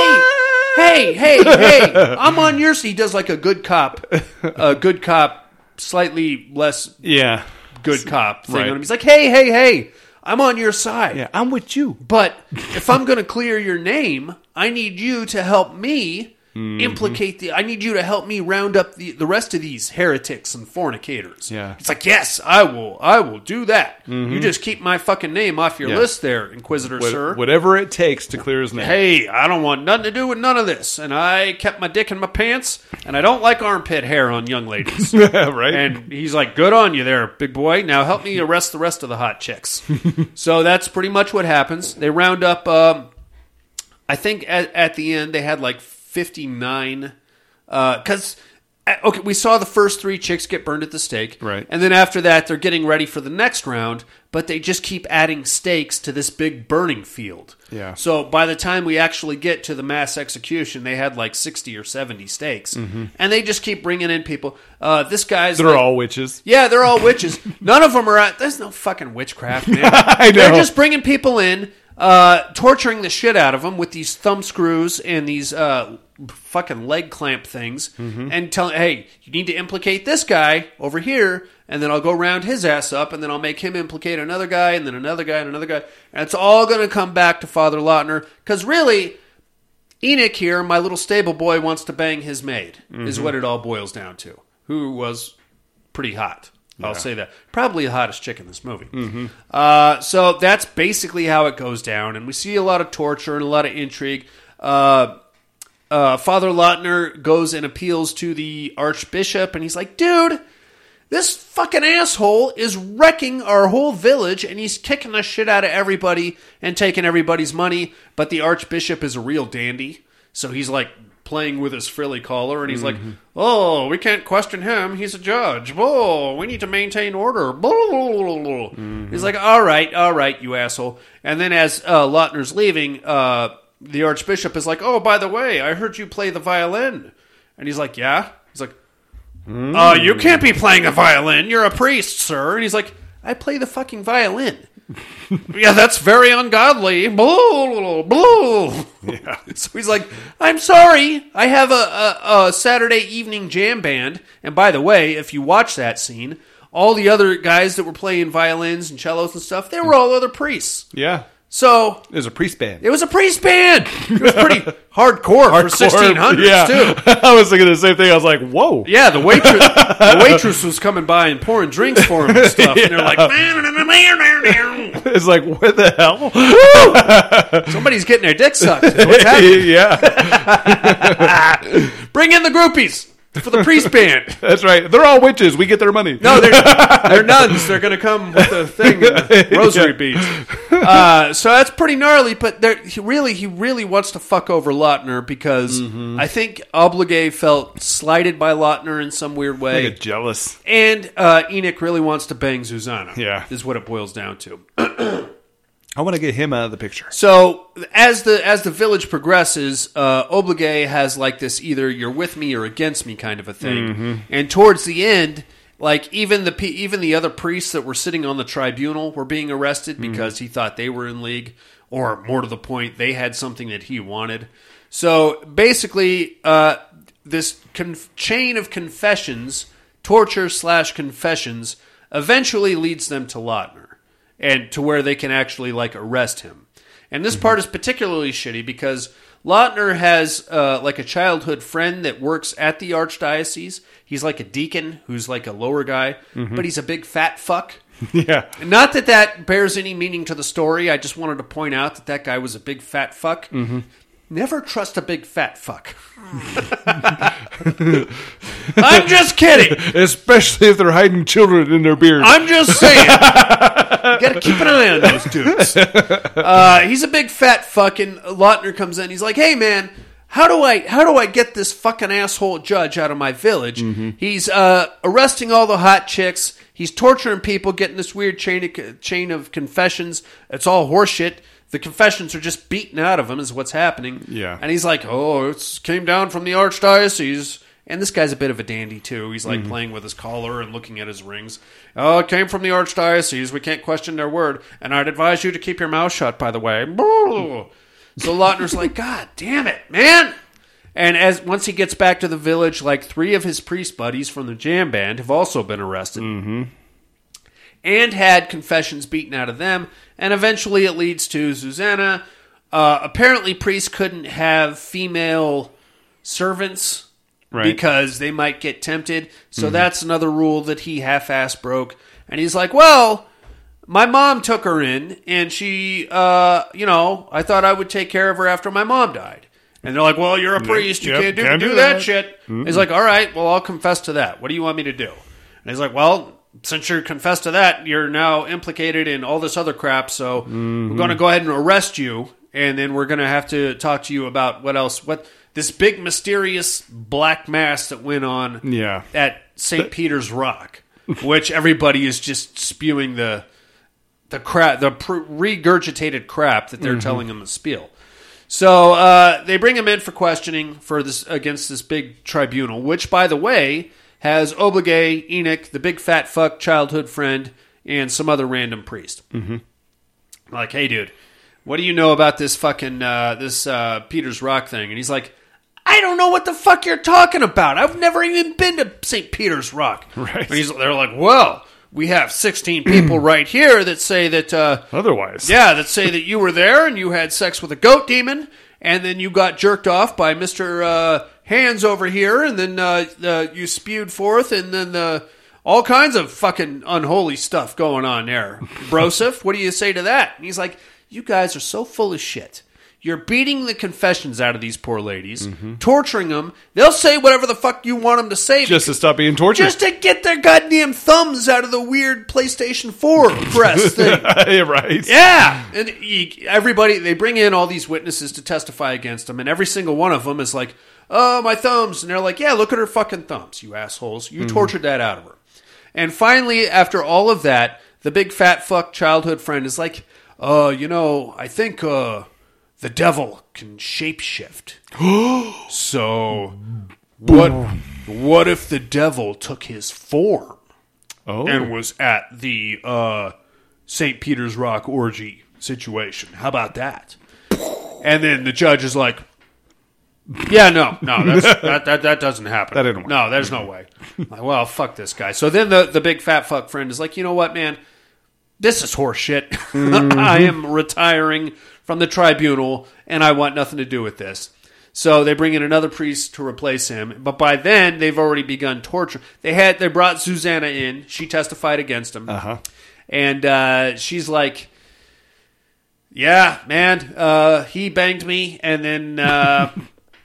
A: hey, hey, hey, I'm on your." s-" He does like a good cop, a good cop, slightly less
D: yeah.
A: good cop thing
D: Right.
A: on him. He's like, hey, hey, hey, I'm on your side.
D: Yeah, I'm with you.
A: But if I'm going to clear your name, I need you to help me
D: Mm-hmm.
A: implicate the. I need you to help me round up the, the rest of these heretics and fornicators.
D: Yeah. Mm-hmm.
A: It's like, yes, I will. I will do that. You just keep my fucking name off your
D: Yeah.
A: list there, Inquisitor,
D: What-
A: sir.
D: Whatever it takes to clear his name.
A: Hey, I don't want nothing to do with none of this. And I kept my dick in my pants, and I don't like armpit hair on young ladies.
D: right?
A: And he's like, "Good on you, there, big boy. Now help me arrest the rest of the hot chicks." so that's pretty much what happens. They round up. Um, I think at, at the end they had like fifty nine. Because uh, okay, we saw the first three chicks get burned at the stake,
D: Right.
A: And then after that, they're getting ready for the next round, but they just keep adding stakes to this big burning field.
D: Yeah.
A: So by the time we actually get to the mass execution, they had like sixty or seventy stakes, and they just keep bringing in people. Uh, this guy's
D: Mm-hmm. They're
A: like-
D: all witches.
A: yeah, they're all witches. None of them are out. There's no fucking witchcraft, man.
D: I know.
A: They're just bringing people in. uh, torturing the shit out of him with these thumb screws and these uh, fucking leg clamp things,
D: Mm-hmm.
A: and telling, hey, you need to implicate this guy over here, and then I'll go round his ass up, and then I'll make him implicate another guy, and then another guy, and another guy, and it's all going to come back to Father Lautner because really. Enoch here, my little stable boy, wants to bang his maid, is
D: Mm-hmm.
A: what it all boils down to. Who was pretty hot. I'll say that. Probably the hottest chick in this movie. Uh, so that's basically how it goes down. And we see a lot of torture and a lot of intrigue. Uh, uh, Father Lautner goes and appeals to the Archbishop, and he's like, dude, this fucking asshole is wrecking our whole village and he's kicking the shit out of everybody and taking everybody's money. But the archbishop is a real dandy. So he's like playing with his frilly collar and he's like, oh, we can't question him. He's a judge. Oh, we need to maintain order. Blah, blah, blah, blah, blah. He's like, all right, all right, you asshole. And then as uh, Lautner's leaving, uh, the archbishop is like, oh, by the way, I heard you play the violin. And he's like, yeah. He's like, uh, you can't be playing the violin. You're a priest, sir. And he's like, I play the fucking violin. yeah, that's very ungodly. Blue, blue. Yeah. so he's like, I'm sorry. I have a, a, a Saturday evening jam band. And by the way, if you watch that scene, all the other guys that were playing violins and cellos and stuff, they were all other priests.
D: Yeah.
A: So
D: It was a priest band.
A: it was a priest band. It was pretty hardcore, for 1600s,
D: yeah.
A: too.
D: I was thinking the same thing. I was like, whoa.
A: Yeah, the waitress the waitress was coming by and pouring drinks for him and stuff, and they're like,
D: It's like, what the hell?
A: somebody's getting their dick sucked. is What's happening?
D: yeah.
A: Bring in the groupies for the priest band.
D: That's right. They're all witches. We get their money.
A: No, they're, they're nuns. They're going to come with the thing, the rosary beads. Uh, so that's pretty gnarly. But there, he really, he really wants to fuck over Lautner because I think Obligé felt slighted by Lautner in some weird
D: They
A: way.
D: get jealous.
A: And uh, Enoch really wants to bang Susanna.
D: Yeah.
A: is what it boils down to.
D: I want to get him out of the picture.
A: So as the as the village progresses, uh, Obligé has like this either you're with me or against me kind of a thing. And towards the end, like even the pe- even the other priests that were sitting on the tribunal were being arrested because he thought they were in league, or more to the point, they had something that he wanted. So basically, uh, this conf- chain of confessions, torture slash confessions, eventually leads them to Lautner and to where they can actually like arrest him. And this part is particularly shitty because Lautner has uh, like a childhood friend that works at the archdiocese. He's like a deacon who's like a lower guy, but he's a big fat fuck.
D: Yeah.
A: Not that that bears any meaning to the story. I just wanted to point out that that guy was a big fat fuck. Never trust a big fat fuck. I'm just kidding.
D: Especially if they're hiding children in their beards.
A: I'm just saying. you gotta keep an eye on those dudes. Uh, he's a big fat fucking Lautner comes in. He's like, hey man, how do I how do I get this fucking asshole judge out of my village? He's uh, arresting all the hot chicks. He's torturing people, getting this weird chain of, chain of confessions. It's all horseshit. The confessions are just beaten out of him, is what's happening.
D: Yeah.
A: And he's like, oh, it's came down from the archdiocese. And this guy's a bit of a dandy, too. He's like playing with his collar and looking at his rings. Oh, it came from the archdiocese. We can't question their word. And I'd advise you to keep your mouth shut, by the way. Boo. So Lautner's like, God damn it, man. And as once he gets back to the village, like three of his priest buddies from the jam band have also been arrested and had confessions beaten out of them, and eventually it leads to Susanna. Uh, apparently, priests couldn't have female servants
D: Right. Mm-hmm.
A: because they might get tempted. So that's another rule that he half-ass broke. And he's like, "Well, my mom took her in, and she, uh, you know, I thought I would take care of her after my mom died." And they're like, "Well, you're a priest. You
D: Yep,
A: can't do,
D: can't
A: do,
D: do
A: that
D: that.
A: shit." He's like, "All right, well, I'll confess to that. What do you want me to do?" And he's like, "Well, since you confessed to that, you're now implicated in all this other crap. So we're going to go ahead and arrest you, and then we're going to have to talk to you about what else, what this big mysterious black mass that went on
D: Yeah.
A: at St. Peter's Rock, which everybody is just spewing the the crap, the pr- regurgitated crap that they're telling him to spiel. So uh, they bring him in for questioning for this against this big tribunal, which, by the way, has Obligé, Enoch, the big fat fuck childhood friend, and some other random priest. Mm-hmm. Like, hey, dude, what do you know about this fucking uh, this uh, Peter's Rock thing? And he's like, I don't know what the fuck you're talking about. I've never even been to St. Peter's Rock. Right. And he's, they're like, well, we have 16 people right here that say that. Uh,
D: Otherwise,
A: yeah, that say that you were there and you had sex with a goat demon, and then you got jerked off by Mister uh, Hands over here, and then uh, uh, you spewed forth, and then uh, all kinds of fucking unholy stuff going on there. Broseph, what do you say to that? And he's like, "You guys are so full of shit." You're beating the confessions out of these poor ladies, torturing them. They'll say whatever the fuck you want them to say
D: just to stop being tortured.
A: just to get their goddamn thumbs out of the weird PlayStation 4 press thing.
D: Yeah, right.
A: Yeah, and he, everybody they bring in all these witnesses to testify against him, and every single one of them is like, "Oh, my thumbs," and they're like, "Yeah, look at her fucking thumbs, you assholes! You tortured that out of her." And finally, after all of that, the big fat fuck childhood friend is like, "Uh, you know, I think uh, the devil can shapeshift. so, what? What if the devil took his form?"
D: Oh,
A: and was at the uh, St. Peter's Rock orgy situation. How about that? And then the judge is like, "Yeah, no, no, that's, that, that that doesn't happen.
D: That didn't work.
A: No, there's no way. like, well, fuck this guy." So then the the big fat fuck friend is like, "You know what, man? This is horseshit.
D: Mm-hmm.
A: I am retiring from the tribunal, and I want nothing to do with this." So they bring in another priest to replace him, but by then they've already begun torture. They had they brought Susanna in. She testified against him, uh-huh. and uh, she's like, "Yeah, man, uh, he banged me, and then uh,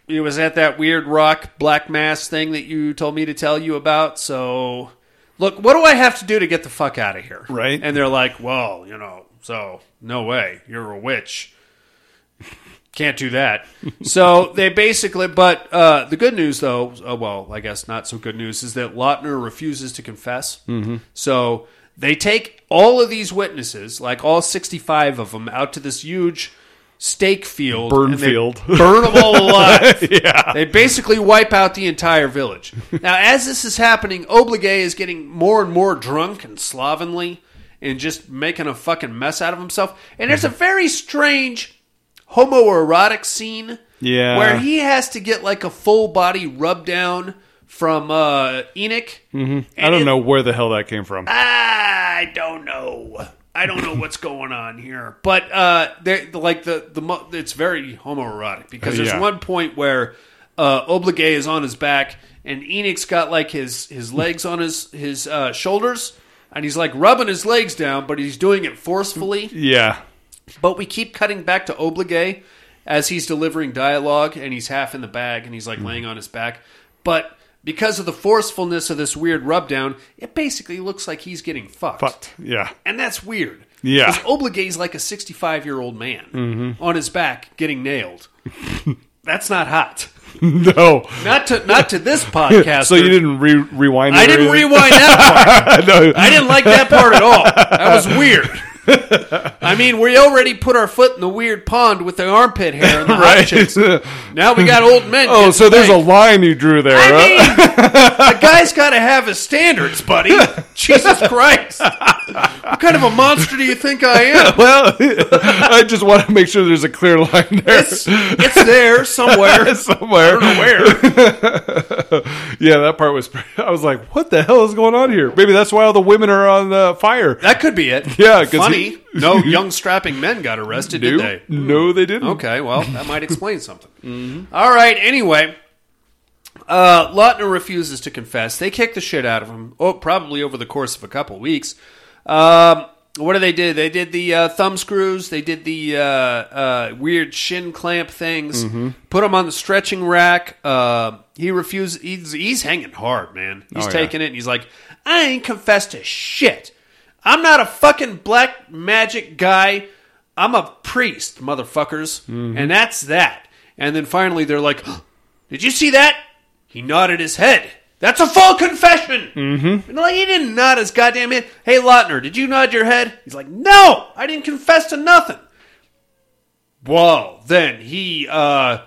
A: it was at that weird rock black mass thing that you told me to tell you about. So, look, what do I have to do to get the fuck out of here?
D: Right.
A: And they're like, "Well, you know, so no way, you're a witch." Can't do that. So they basically, but uh, the good news, though, uh, well, I guess not so good news, is that Lautner refuses to confess. Mm-hmm. So they take all of these witnesses, like all 65 of them, out to this huge stake field.
D: Burn
A: and they
D: field.
A: Burn them all alive. yeah. They basically wipe out the entire village. Now, as this is happening, Obligé is getting more and more drunk and slovenly and just making a fucking mess out of himself. And there's a very strange homoerotic scene.
D: Yeah.
A: Where he has to get like a full body rub down from uh, Enoch. Mm-hmm.
D: I don't know where the hell that came from.
A: Uh, I don't know. I don't know what's going on here, but uh, they're like the the mo- it's very homoerotic because there's
D: Yeah.
A: one point where uh, Obligé is on his back and Enoch's got like his his legs on his his uh, shoulders and he's like rubbing his legs down, but he's doing it forcefully.
D: yeah.
A: But we keep cutting back to Obligé as he's delivering dialogue and he's half in the bag and he's like laying on his back. But because of the forcefulness of this weird rub down, it basically looks like he's getting fucked.
D: Fucked. Yeah.
A: And that's weird.
D: Yeah. Mm-hmm.
A: Because Obligé's like a 65 year old man on his back getting nailed. that's not hot.
D: No.
A: Not to not to this podcast.
D: So you didn't re- rewind it
A: I
D: or
A: didn't
D: anything?
A: rewind that part.
D: no.
A: I didn't like that part at all. That was weird. I mean, we already put our foot in the weird pond with the armpit hair and the hot chicks.
D: right.
A: Now we got old men.
D: oh,
A: getting
D: so there's a
A: spanked.
D: line you drew there.
A: I
D: huh?
A: mean, a guy's got to have his standards, buddy. Jesus Christ! What kind of a monster do you think I am?
D: well, I just want to make sure there's a clear line there
A: It's, it's there somewhere.
D: somewhere.
A: Where?
D: Yeah, that part was. Pretty, I was like, "What the hell is going on here?" Maybe that's why all the women are on the fire.
A: That could be it.
D: Yeah, 'cause
A: funny.
D: he-
A: no young strapping men got arrested,
D: no,
A: did they?
D: no, they didn't.
A: Okay, well, that might explain something.
D: Mm-hmm.
A: All right, anyway. Uh, Lautner refuses to confess. They kick the shit out of him, oh, probably over the course of a couple weeks. Um, what do they do? They did the uh, thumb screws, they did the uh, uh, weird shin clamp things, put him on the stretching rack. Uh, he refuses. He's, he's hanging hard, man. He's
D: yeah.
A: taking it, and he's like, I ain't confessed to shit. I'm not a fucking black magic guy. I'm a priest, motherfuckers. And that's that. And then finally they're like, Did you see that? He nodded his head. That's a full confession. Mm-hmm. And like, he didn't nod his goddamn head. Hey, Lautner, did you nod your head? He's like, No, I didn't confess to nothing. Well, then he, uh,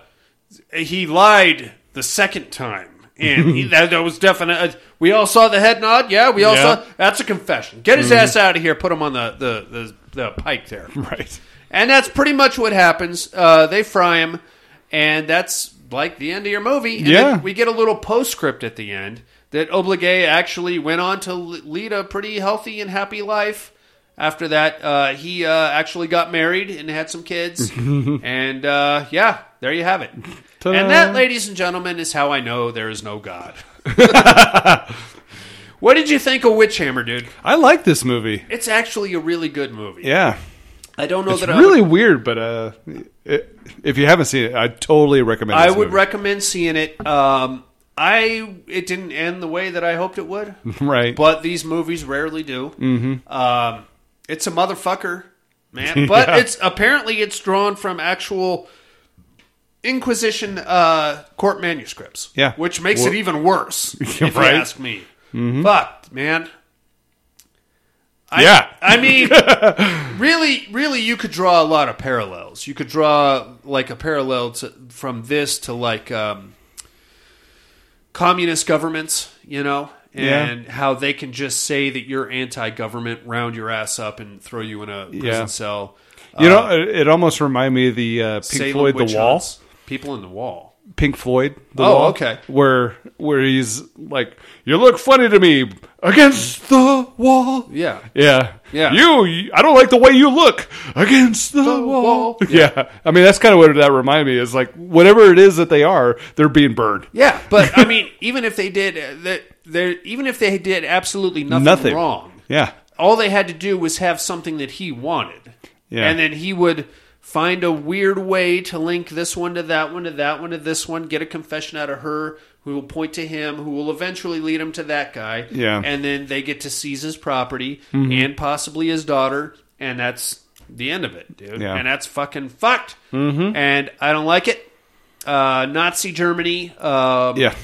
A: he lied the second time. And he, that, that was definite. uh, We all saw the head nod. Yeah, we all
D: Yeah.
A: saw. That's a confession. Get his ass out of here. Put him on the the, the, the pike there.
D: Right.
A: And that's pretty much what happens. Uh, they fry him, and that's like the end of your movie. And
D: Yeah.
A: then we get a little postscript at the end that Obligé actually went on to l- lead a pretty healthy and happy life. After that, uh, he uh, actually got married and had some kids. and uh, yeah, there you have it.
D: Ta-da.
A: And that, ladies and gentlemen, is how I know there is no God. what did you think of Witch Hammer, dude?
D: I like this movie.
A: It's actually a really good movie.
D: Yeah.
A: I don't know
D: It's
A: that I would
D: really weird, but uh, it, if you haven't seen it, I totally recommend.
A: I
D: this
A: would
D: movie.
A: recommend seeing it. Um, I it didn't end the way that I hoped it would,
D: right.
A: but these movies rarely do. Mm-hmm. Um, it's a motherfucker, man. But it's apparently it's drawn from actual Inquisition uh, court manuscripts.
D: Yeah.
A: which makes
D: Wha-
A: it even worse, if
D: right. Mm-hmm.
A: you ask me. Fucked, man. I,
D: Yeah.
A: I mean, really, really, you could draw a lot of parallels. You could draw like a parallel to, from this to like um, communist governments, you know,
D: Yeah.
A: and how they can just say that you're anti-government, round your ass up, and throw you in a prison
D: Yeah.
A: cell.
D: you
A: Uh,
D: know, it, it almost reminded me of the uh, Pink
A: Salem
D: Floyd,
A: witch
D: The Wall.
A: hunts. people in the wall.
D: Pink Floyd. The
A: Oh,
D: Wall,
A: okay.
D: Where where he's like, "You look funny to me against the wall."
A: Yeah.
D: Yeah.
A: Yeah.
D: You, you- I don't like the way you look against the, wall.
A: wall.
D: Yeah. I mean, that's kind of what that reminded me is like whatever it is that they are, they're being burned.
A: Yeah, but I mean, even if they did, uh, that there, even if they did absolutely nothing,
D: Nothing.
A: wrong,
D: Yeah.
A: all they had to do was have something that he wanted,
D: Yeah.
A: and then he would find a weird way to link this one to that one to that one to this one, get a confession out of her, who will point to him, who will eventually lead him to that guy,
D: Yeah. Mm-hmm.
A: and then they get to seize his property and possibly his daughter, and that's the end of it, dude,
D: Yeah.
A: and that's fucking fucked, mm-hmm. and I don't like it. Uh, Nazi Germany, um,
D: Yeah.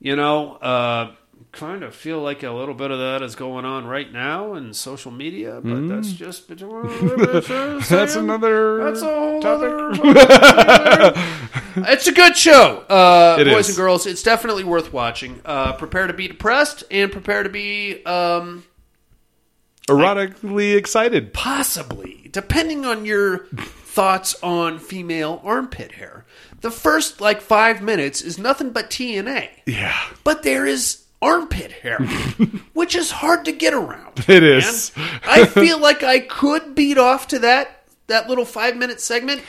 A: you know, uh, kind of feel like a little bit of that is going on right now in social media, but that's just
D: Mm-hmm. That's
A: that's
D: another.
A: that's a whole other- it's a good show, uh,
D: It
A: boys
D: is.
A: and girls. It's definitely worth watching. Uh, prepare to be depressed and prepare to be um,
D: erotically excited.
A: possibly, depending on your thoughts on female armpit hair. The first like five minutes is nothing but TNA.
D: Yeah.
A: but there is armpit hair, which is hard to get around.
D: It is.
A: man. I feel like I could beat off to that that little five minute segment,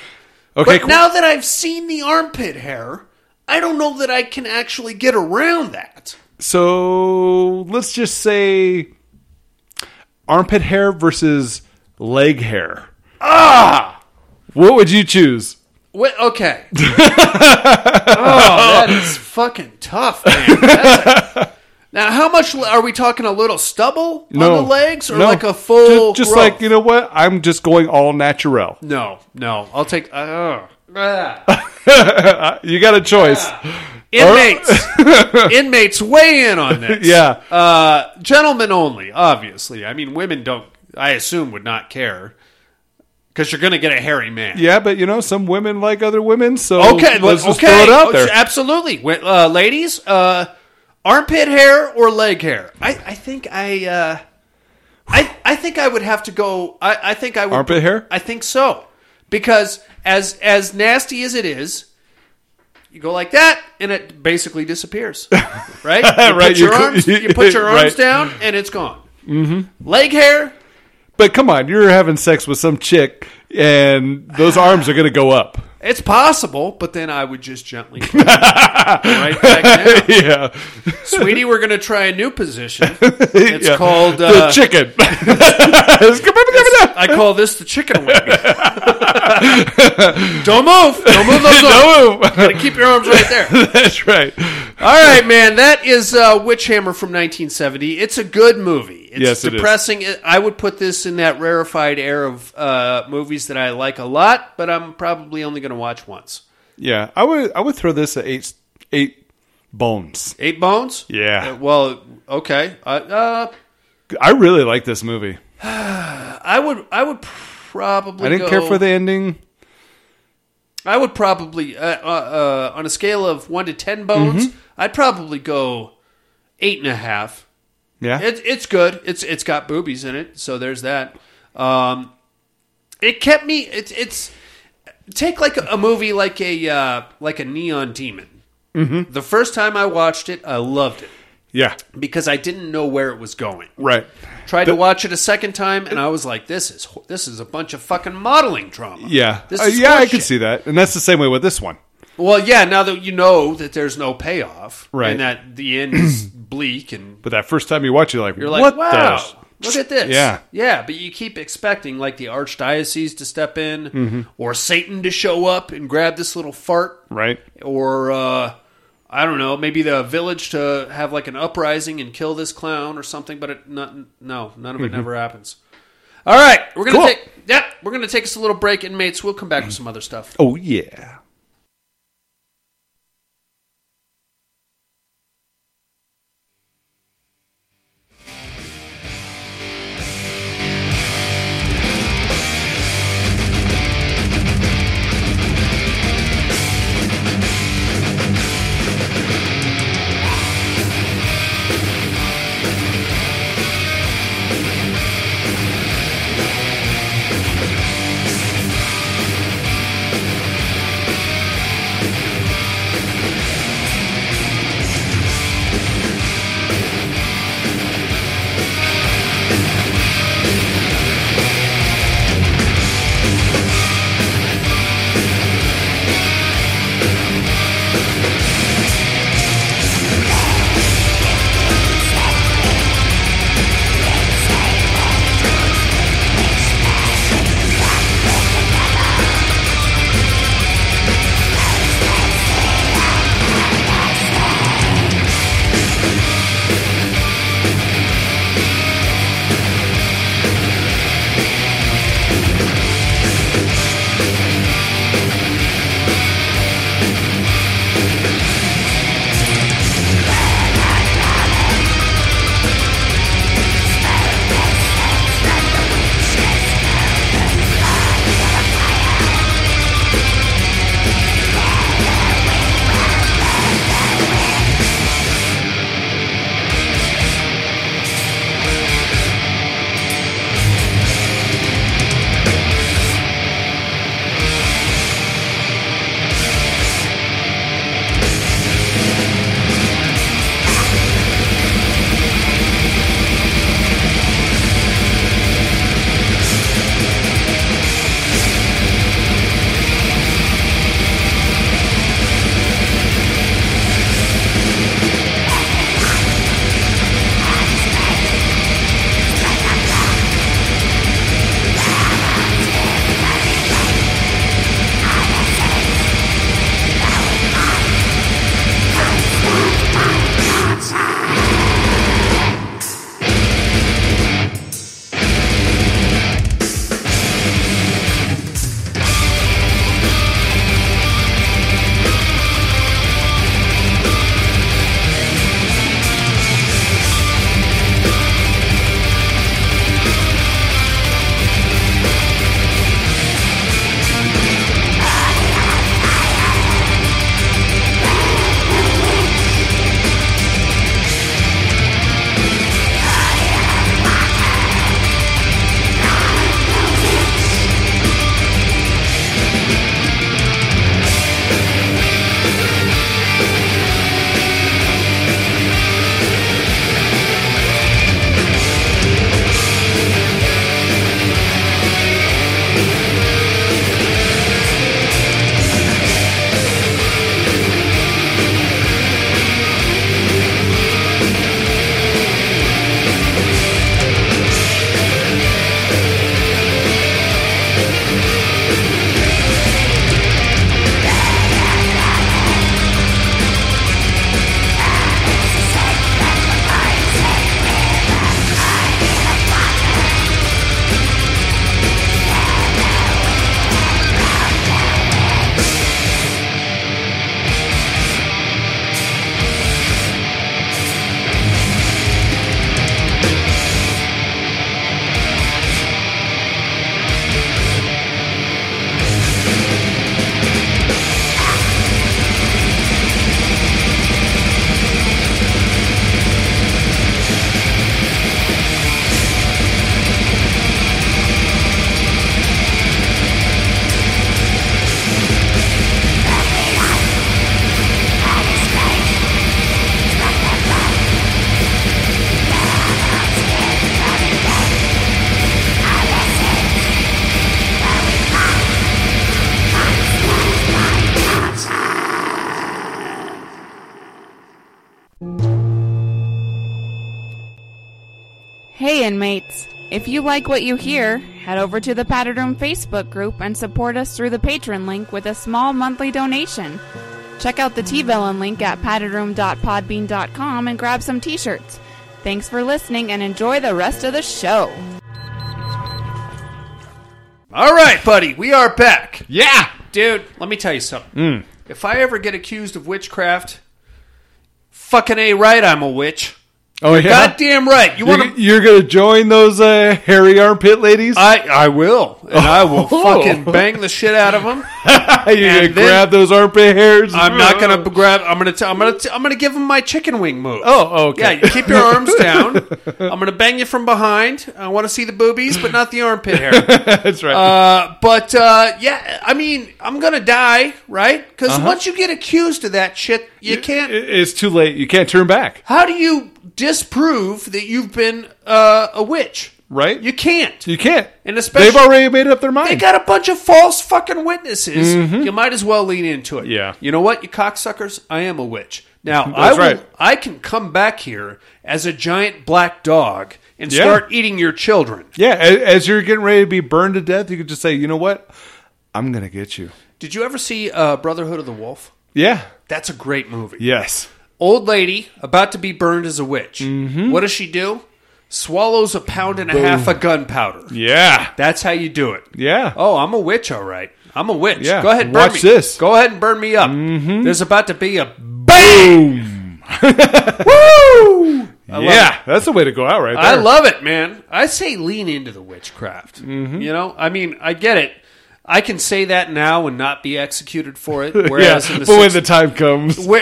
D: Okay.
A: but
D: cool.
A: now that I've seen the armpit hair, I don't know that I can actually get around that.
D: so let's just say armpit hair versus leg hair. Ah! What would you choose?
A: Wait, okay. oh, that is fucking tough, man. That's a- now, how much l- are we talking? A little stubble on the legs, or
D: No.
A: like a full?
D: Ju- Just,
A: growth?
D: like you know what? I'm just going all natural.
A: no, no. I'll take. Uh, ah.
D: You got a choice.
A: Inmates, inmates, weigh in on this.
D: Yeah.
A: uh, gentlemen only. Obviously, I mean, women don't. I assume would not care because you're going to get a hairy man.
D: Yeah, but you know, some women like other women, so
A: Okay.
D: let's
A: but-
D: just
A: okay.
D: throw it
A: Oh,
D: out there.
A: Absolutely, Wi- uh, ladies. Uh, armpit hair or leg hair? I, I think I. Uh, I, I think I would have to go. I, I think I would.
D: Armpit hair?
A: I think so, because as as nasty as it is, you go like that, and it basically disappears. Right. You
D: Right,
A: Put
D: you
A: your
D: cou-
A: arms. You put your arms
D: right.
A: down, and it's gone. Mm-hmm. Leg hair.
D: but come on, you're having sex with some chick, and those arms are going to go up.
A: It's possible, but then I would just gently put it right back down.
D: Yeah,
A: Sweetie, we're going to try a new position. It's
D: Yeah.
A: called.
D: the
A: Uh,
D: chicken. It's- come on, come on, come on.
A: I call this the chicken wing. Don't move. Don't move those arms.
D: No,
A: Gotta keep your arms right there.
D: that's right.
A: All right, man. That is uh, Witch Hammer from 1970. It's a good movie. It's
D: Yes, it is.
A: depressing. It- I would put this in that rarefied air of uh, movies that I like a lot, but I'm probably only going to watch once.
D: Yeah, I would, I would throw this at eight, eight bones.
A: Eight Bones?
D: Yeah.
A: Uh, well, okay. I- uh,
D: I really like this movie.
A: I would. I would probably.
D: I didn't
A: go-
D: care for the ending.
A: I would probably uh, uh, uh, on a scale of one to ten bones,
D: Mm-hmm.
A: I'd probably go eight and a half.
D: Yeah.
A: It, it's good. It's it's got boobies in it, so there's that. Um, it kept me. It's it's take like a, a movie like a uh, like a Neon Demon. Mm-hmm. The first time I watched it, I loved it
D: yeah.
A: because I didn't know where it was going.
D: Right.
A: Tried to watch it a second time, and I was like, "This is this is a bunch of fucking modeling drama."
D: Yeah.
A: this
D: Uh,
A: is
D: yeah, I
A: horseshit.
D: can see that. And that's the same way with this one.
A: Well, yeah. Now that you know that there's no payoff,
D: Right.
A: and that the end is bleak, and
D: But that first time you watch it, you're like,
A: you're like,
D: what the?
A: "Wow,
D: sh-"
A: look at this."
D: Yeah.
A: yeah. But you keep expecting like the archdiocese to step in,
D: Mm-hmm.
A: or Satan to show up and grab this little fart,
D: Right.
A: or uh, I don't know, maybe the village to have like an uprising and kill this clown or something. But it, not, no, none of it never happens. All right, we're gonna
D: Mm-hmm. Cool.
A: take yep, we're gonna take us a little break, inmates. We'll come back with some other stuff.
D: Oh, yeah.
C: Thank
E: Hey, inmates. If you like what you hear, head over to the Padded Room Facebook group and support us through the patron link with a small monthly donation. Check out the T-Villain link at paddedroom.podbean.com and grab some t-shirts. Thanks for listening and enjoy the rest of the show.
A: All right, buddy, we are back.
D: Yeah.
A: Dude, let me tell you something.
D: Hmm.
A: If I ever get accused of witchcraft, fucking A right, I'm a witch.
D: Oh yeah.
A: Goddamn right. You want
D: You're,
A: to.
D: you're gonna join those uh, hairy armpit ladies?
A: I, I will. And I will
D: Oh.
A: fucking bang the shit out of them.
D: you're gonna
A: and then-
D: grab those armpit hairs?
A: I'm not gonna grab. I'm gonna. T- I'm gonna. T- I'm gonna give him my chicken wing move.
D: Oh, okay.
A: yeah. You keep your arms down. I'm gonna bang you from behind. I want to see the boobies, but not the armpit hair.
D: That's right.
A: Uh, but uh, yeah, I mean, I'm gonna die, right? Because
D: Uh-huh.
A: once you get accused of that shit, you
D: I-
A: can't.
D: it's too late. You can't turn back.
A: How do you disprove that you've been uh, a witch?
D: Right?
A: You can't.
D: You can't.
A: And especially-
D: they've already made up their mind.
A: They got a bunch of false fucking witnesses. You might as well lean into it.
D: Mm-hmm. Yeah.
A: You know what, you cocksuckers? I am a witch. Now I
D: That's
A: will,
D: right.
A: I can come back here as a giant black dog and
D: Yeah.
A: start eating your children.
D: yeah. a- As you're getting ready to be burned to death, you could just say, you know what? I'm gonna get you.
A: Did you ever see uh, Brotherhood of the Wolf?
D: Yeah.
A: That's a great movie.
D: Yes.
A: Old lady about to be burned as a witch.
D: Mm-hmm.
A: What does she do? Swallows a pound and a half of gunpowder.
D: Yeah.
A: That's how you do it.
D: Yeah.
A: Oh, I'm a witch, all right. I'm a witch.
D: Yeah.
A: Go ahead, burn
D: Watch
A: me.
D: this. Mm-hmm.
A: Go ahead and burn me up. There's about to be a
D: Boom. Woo! yeah, that's the way to go out, right there.
A: I love it, man. I say lean into the witchcraft.
D: Mm-hmm.
A: You know, I mean, I get it. I can say that now and not be executed for it.
D: Yeah,
A: Whereas in the
D: but when the time comes,
A: where,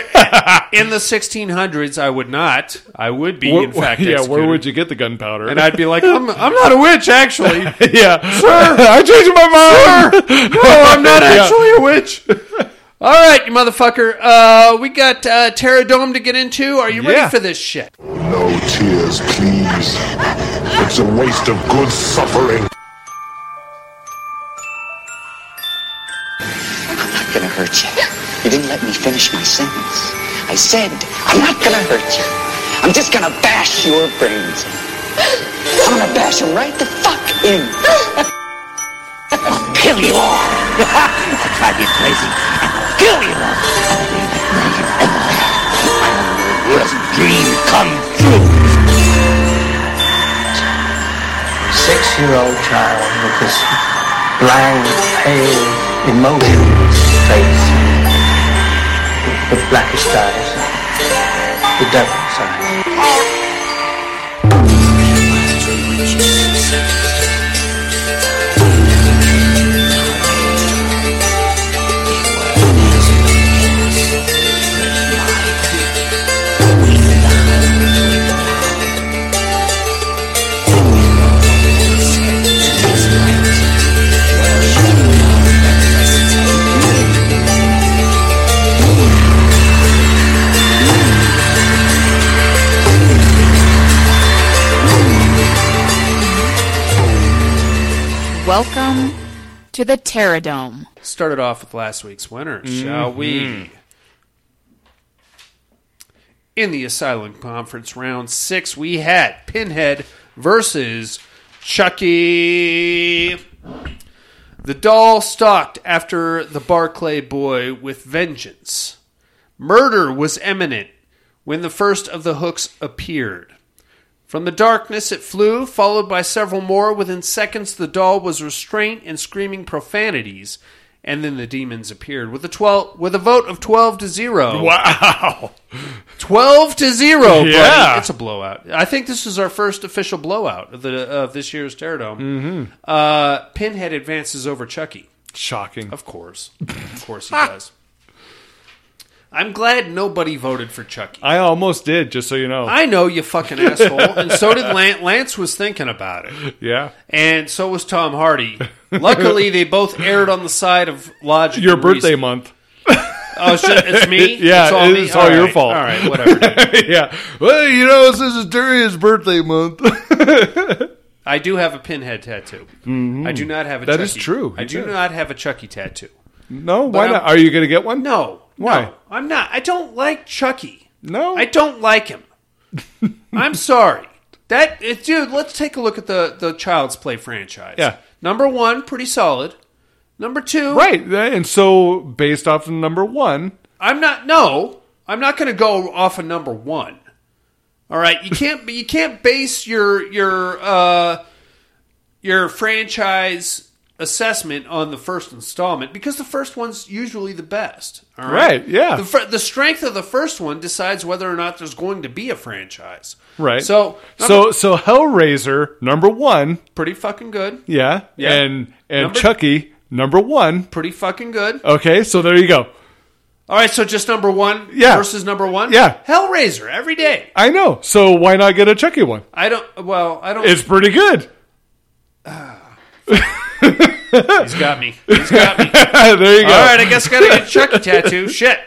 A: in the 1600s, I would not. I would be, in
D: Wh-
A: fact,
D: yeah,
A: executed.
D: where would you get the gunpowder?
A: And I'd be like, I'm, I'm not a witch, actually. No,
D: yeah, sir, I changed my mind.
A: I'm not
D: Yeah.
A: actually a witch. All right, you motherfucker. Uh, we got uh, Terra Dome to get into. Are you
D: Yeah.
A: ready for this shit?
H: No tears, please. It's a waste of good suffering.
I: I'm not gonna hurt you. You didn't let me finish my sentence. I said, I'm not gonna hurt you. I'm just gonna bash your brains in. I'm gonna bash them right the fuck in. I'll kill you all. I'll drive you crazy. I'll kill you all. I'll make your worst dream come true.
J: six-year-old child with this blank, pale, emotionless face, with blackish eyes, the devil's eyes.
E: Welcome to the Terradome.
A: started off with last week's winner, shall we? In the Asylum Conference round six, we had Pinhead versus Chucky. The doll stalked after the Barclay boy with vengeance. Murder was imminent when the first of the hooks appeared. From the darkness it flew, followed by several more. Within seconds, the doll was restrained and screaming profanities, and then the demons appeared with a twelve with a vote of twelve to zero.
D: wow,
A: Twelve to zero, buddy.
D: Yeah.
A: It's a blowout. I think this is our first official blowout of the of this year's Terradome. Mm-hmm. Uh, Pinhead advances over Chucky.
D: shocking.
A: Of course, of course he does. I'm glad nobody voted for Chucky.
D: I almost did, just so you know.
A: I know you fucking asshole, and so did Lance. Lance was thinking about it.
D: yeah,
A: and so was Tom Hardy. Luckily, they both aired on the side of logic.
D: your
A: and
D: birthday
A: reason.
D: month.
A: Oh, shit, it's me.
D: Yeah,
A: it's all,
D: it
A: me?
D: is all your
A: right,
D: fault.
A: All right, whatever. dude.
D: yeah, well, you know, this is during his birthday month.
A: I do have a pinhead tattoo. I do not have a.
D: That
A: Chucky.
D: is true,
A: I
D: you
A: do
D: do.
A: not have a Chucky tattoo.
D: no, why
A: I'm-
D: not? Are you gonna get one?
A: No,
D: Why?
A: no, I'm not. I don't like Chucky.
D: no.
A: I don't like him. I'm sorry. That it, dude. Let's take a look at the the Child's Play franchise.
D: Yeah.
A: Number one, pretty solid. Number two,
D: Right. And so, based off of number one,
A: I'm not. No, I'm not going to go off of number one. All right, you can't. you can't base your your uh, your franchise assessment on the first installment because the first one's usually the best. All right.
D: Right, yeah.
A: The, fir- the strength of the first one decides whether or not there's going to be a franchise.
D: right?
A: So
D: so so Hellraiser number one,
A: pretty fucking good.
D: yeah,
A: Yeah.
D: and and
A: Number-
D: Chucky number one.
A: Pretty fucking good.
D: Okay, so there you go.
A: All right, so just number one
D: Yeah.
A: versus number one.
D: Yeah.
A: Hellraiser every day.
D: I know. So why not get a Chucky one?
A: I don't. Well, I don't.
D: It's pretty good.
A: he's got me. He's got me.
D: there you go.
A: All right, I guess I gotta get a Chucky tattoo. Shit.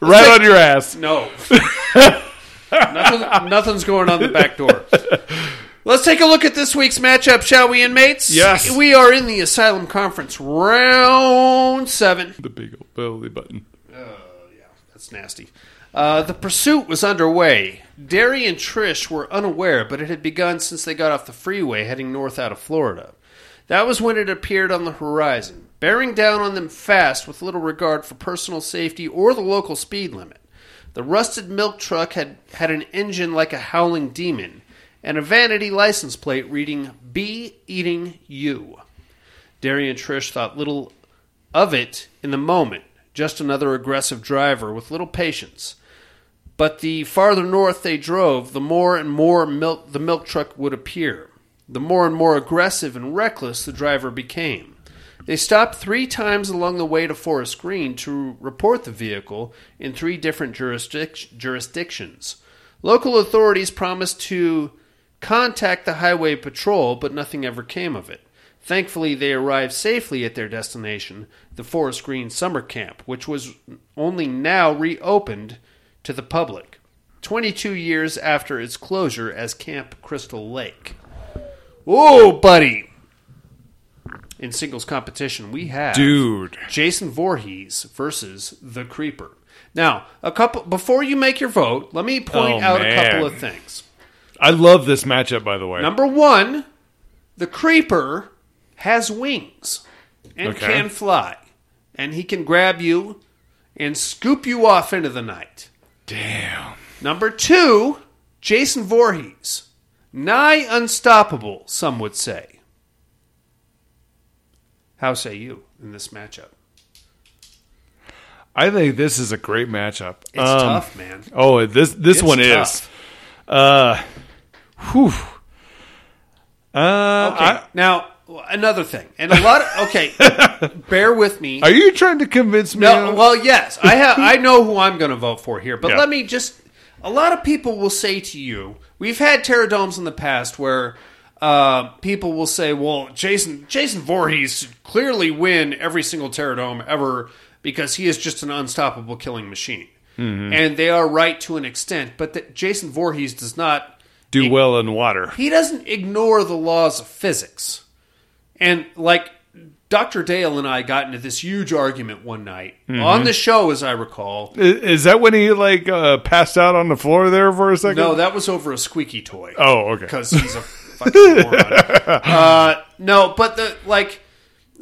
D: right on your ass.
A: No. Nothing, nothing's going on the back door. Let's take a look at this week's matchup, shall we, inmates?
D: Yes.
A: We are in the Asylum Conference round seven.
D: The big old belly button.
A: That's nasty. Uh, the pursuit was underway. Derry and Trish were unaware, but it had begun since they got off the freeway heading north out of Florida. That was when it appeared on the horizon, bearing down on them fast with little regard for personal safety or the local speed limit. The rusted milk truck had, had an engine like a howling demon and a vanity license plate reading B Eating You. Derry and Trish thought little of it in the moment, just another aggressive driver with little patience. But the farther north they drove, the more and more milk, the milk truck would appear. The more and more aggressive and reckless the driver became. They stopped three times along the way to Forest Green to report the vehicle in three different jurisdic- jurisdictions. Local authorities promised to contact the highway patrol, but nothing ever came of it. Thankfully, they arrived safely at their destination, the Forest Green Summer Camp, which was only now reopened to the public, 22 years after its closure as Camp Crystal Lake. Whoa, buddy! In singles competition, we have
D: Dude.
A: Jason Voorhees versus the Creeper. Now, a couple before you make your vote, let me point
D: Oh,
A: out a couple
D: man.
A: of things.
D: I love this matchup, by the way.
A: Number one, the creeper has wings and
D: Okay.
A: can fly, and he can grab you and scoop you off into the night.
D: Damn.
A: Number two, Jason Voorhees, nigh unstoppable, some would say. How say you in this matchup?
D: I think this is a great matchup.
A: It's
D: Um,
A: tough, man.
D: Oh, this this
A: It's
D: one is.
A: tough.
D: Uh, whew. Uh,
A: Okay.
D: I-
A: now another thing, and a lot. Of, okay, bear with me.
D: are you trying to convince me?
A: No, well, yes, I have. I know who I'm going to vote for here, but
D: Yeah.
A: let me just. A lot of people will say to you, we've had pterodomes in the past where uh, people will say, "Well, Jason Jason Voorhees should clearly win every single pterodome ever because he is just an unstoppable killing machine," and they are right to an extent. But that Jason Voorhees does not
D: do well in water.
A: he doesn't ignore the laws of physics. And like Dr. Dale and I got into this huge argument one night
D: Mm-hmm.
A: on the show, as I recall.
D: I- Is that when he like uh, passed out on the floor there for a second?
A: No, that was over a squeaky toy.
D: Oh, okay.
A: because he's a fucking moron. Uh, no, but the like.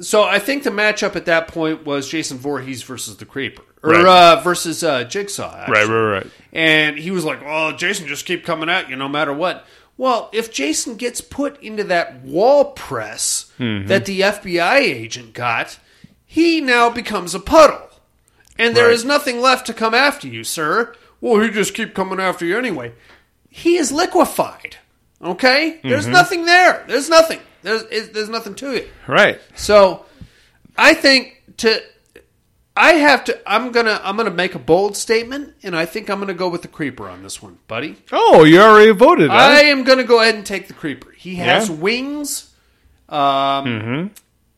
A: So I think the matchup at that point was Jason Voorhees versus the Creeper, or
D: Right.
A: uh, versus uh, Jigsaw. actually.
D: Right, right, right.
A: And he was like, "Well, Jason just keep coming at you no matter what." Well, if Jason gets put into that wall press that the FBI agent got, he now becomes a puddle, and there
D: Right.
A: is nothing left to come after you, sir. Well, he just keep coming after you anyway. He is liquefied. Okay, there's nothing there. There's nothing. There's it, there's nothing to it.
D: Right.
A: So I think to I have to I'm going to I'm going to make a bold statement and I think I'm going to go with the creeper on this one, buddy.
D: Oh, you already voted. huh?
A: I am going to go ahead and take the creeper. He has
D: Yeah.
A: wings um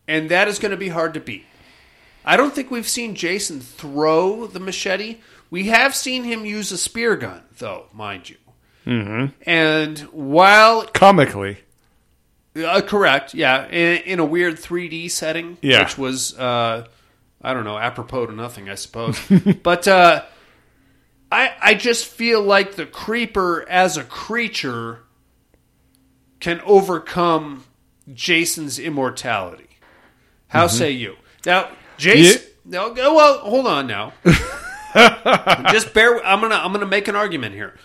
A: and that is going to be hard to beat. I don't think we've seen Jason throw the machete. We have seen him use a spear gun though, mind you. Mm-hmm. And while
D: Comically,
A: uh, correct, yeah, in, in a weird 3D setting,
D: Yeah.
A: which was uh, I don't know, apropos to nothing, I suppose. but uh, I I just feel like the creeper as a creature can overcome Jason's immortality. How
D: Mm-hmm.
A: say you? Now, Jason. No, no, well, hold on now. Just bear. I'm gonna I'm gonna make an argument here.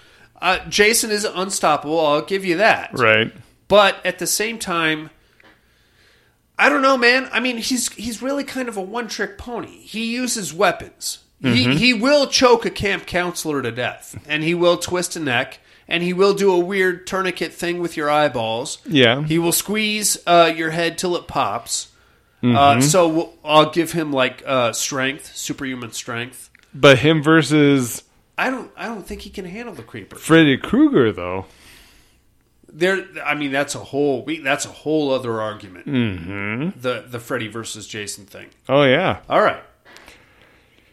A: Uh, Jason is unstoppable. I'll give you that.
D: Right.
A: But at the same time, I don't know, man. I mean, he's he's really kind of a one trick pony. He uses weapons. He he will choke a camp counselor to death, and he will twist a neck, and he will do a weird tourniquet thing with your eyeballs.
D: Yeah.
A: he will squeeze uh, your head till it pops. Uh, so we'll, I'll give him like uh, strength, superhuman strength.
D: But him versus
A: I don't I don't think he can handle the creeper.
D: Freddy Krueger, though.
A: there i mean that's a whole we that's a whole other argument mm-hmm. the the freddy versus jason thing
D: Oh yeah.
A: all right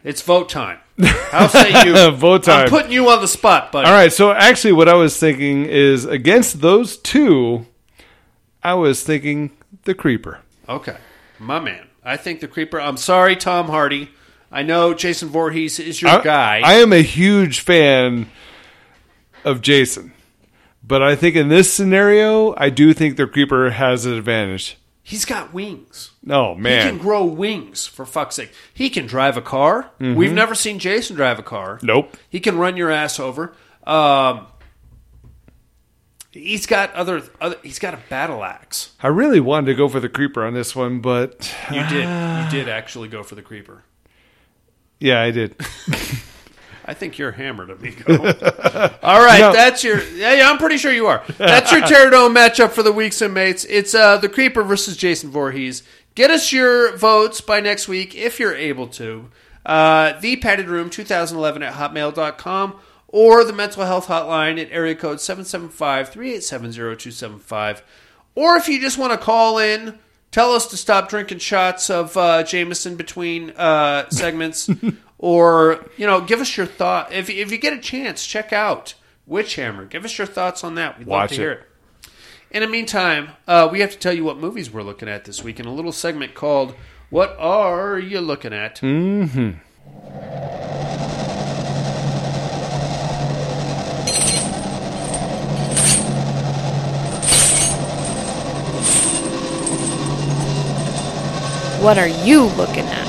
A: it's vote time how say you
D: Vote time.
A: i'm putting you on the spot buddy
D: All right. So actually, what I was thinking is against those two, I was thinking the creeper.
A: okay my man i think the creeper i'm sorry tom hardy i know jason Voorhees is your
D: I-
A: guy
D: I am a huge fan of Jason, but I think in this scenario, I do think the creeper has an advantage.
A: he's got wings
D: Oh
A: he can
D: man.
A: grow wings for fuck's sake he can drive a car we've never seen jason drive a car
D: Nope.
A: He can run your ass over. Um, he's got other, other. He's got a battle axe.
D: I really wanted to go for the creeper on this one, but
A: You did. You did actually go for the creeper.
D: yeah, I did.
A: I think you're hammered, amigo. All right,
D: No.
A: that's your. Yeah, yeah, I'm pretty sure you are. That's your Terradome matchup for the week's inmates. It's uh, the Creeper versus Jason Voorhees. Get us your votes by next week if you're able to. Uh, the padded room 2011 at hotmail.com or the mental health hotline at area code 775 387 0275. Or if you just want to call in, tell us to stop drinking shots of uh, Jameson between uh, segments, or you know, give us your thought. If if you get a chance, check out Witch Hammer. Give us your thoughts on that. We'd love
D: Watch
A: to
D: it.
A: hear it. In the meantime, uh, we have to tell you what movies we're looking at this week in a little segment called "What Are You Looking At."
D: Hmm?
E: What are you looking at?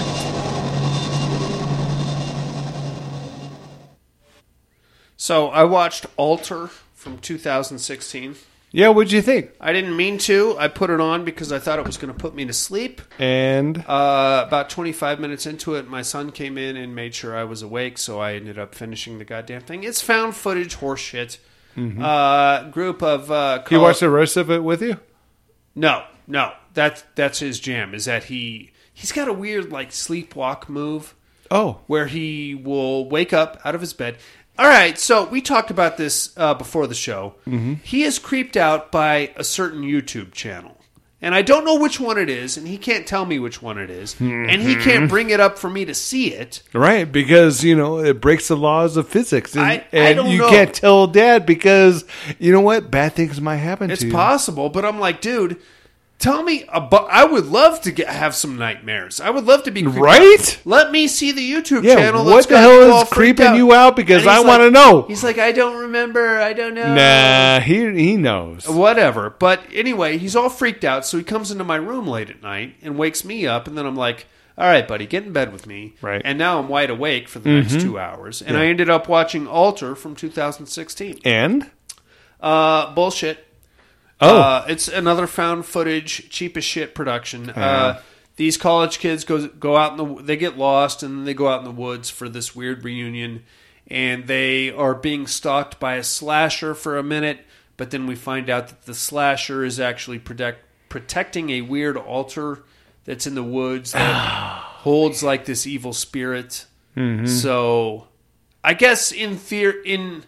A: So I watched Alter from 2016.
D: yeah, what'd you think?
A: I didn't mean to. I put it on because I thought it was going to put me to sleep.
D: And
A: Uh, about 25 minutes into it, my son came in and made sure I was awake, so I ended up finishing the goddamn thing. It's found footage horseshit. Uh, group of uh,
D: you
A: col-
D: Mm-hmm. watched the rest of it with you?
A: No, no, that's that's his jam. Is that he? He's got a weird like sleepwalk move
D: Oh,
A: where he will wake up out of his bed. All right, so we talked about this uh, before the show.
D: Mm-hmm.
A: He is creeped out by a certain YouTube channel. And I don't know which one it is, and he can't tell me which one it is, and
D: Mm-hmm.
A: he can't bring it up for me to see it.
D: right, because you know it breaks the laws of physics, and,
A: I- I
D: and
A: don't
D: you
A: know.
D: can't tell dad because you know what? Bad things might happen
A: It's
D: to you.
A: possible, but I'm like, dude, tell me about. I would love to get, have some nightmares. I would love to be creeped out.
D: Right?
A: Let me see the YouTube
D: Yeah,
A: channel.
D: what
A: that's
D: the
A: got
D: hell is
A: all freaked
D: creeping you out? Because
A: And he's
D: I wanna
A: like-
D: know.
A: He's like, I don't remember. I don't know.
D: Nah, he he knows.
A: whatever. But anyway, he's all freaked out, so he comes into my room late at night and wakes me up, and then I'm like, "All right, buddy, get in bed with me."
D: Right.
A: And now I'm wide awake for the next two hours, and I ended up watching Alter from 2016.
D: And
A: Uh, bullshit.
D: oh,
A: Uh, it's another found footage, cheap as shit production. Uh, these college kids go go out in the they get lost and they go out in the woods for this weird reunion, and they are being stalked by a slasher for a minute. But then we find out that the slasher is actually protect, protecting a weird altar that's in the woods that holds like this evil spirit.
D: Mm-hmm.
A: So, I guess in theory, in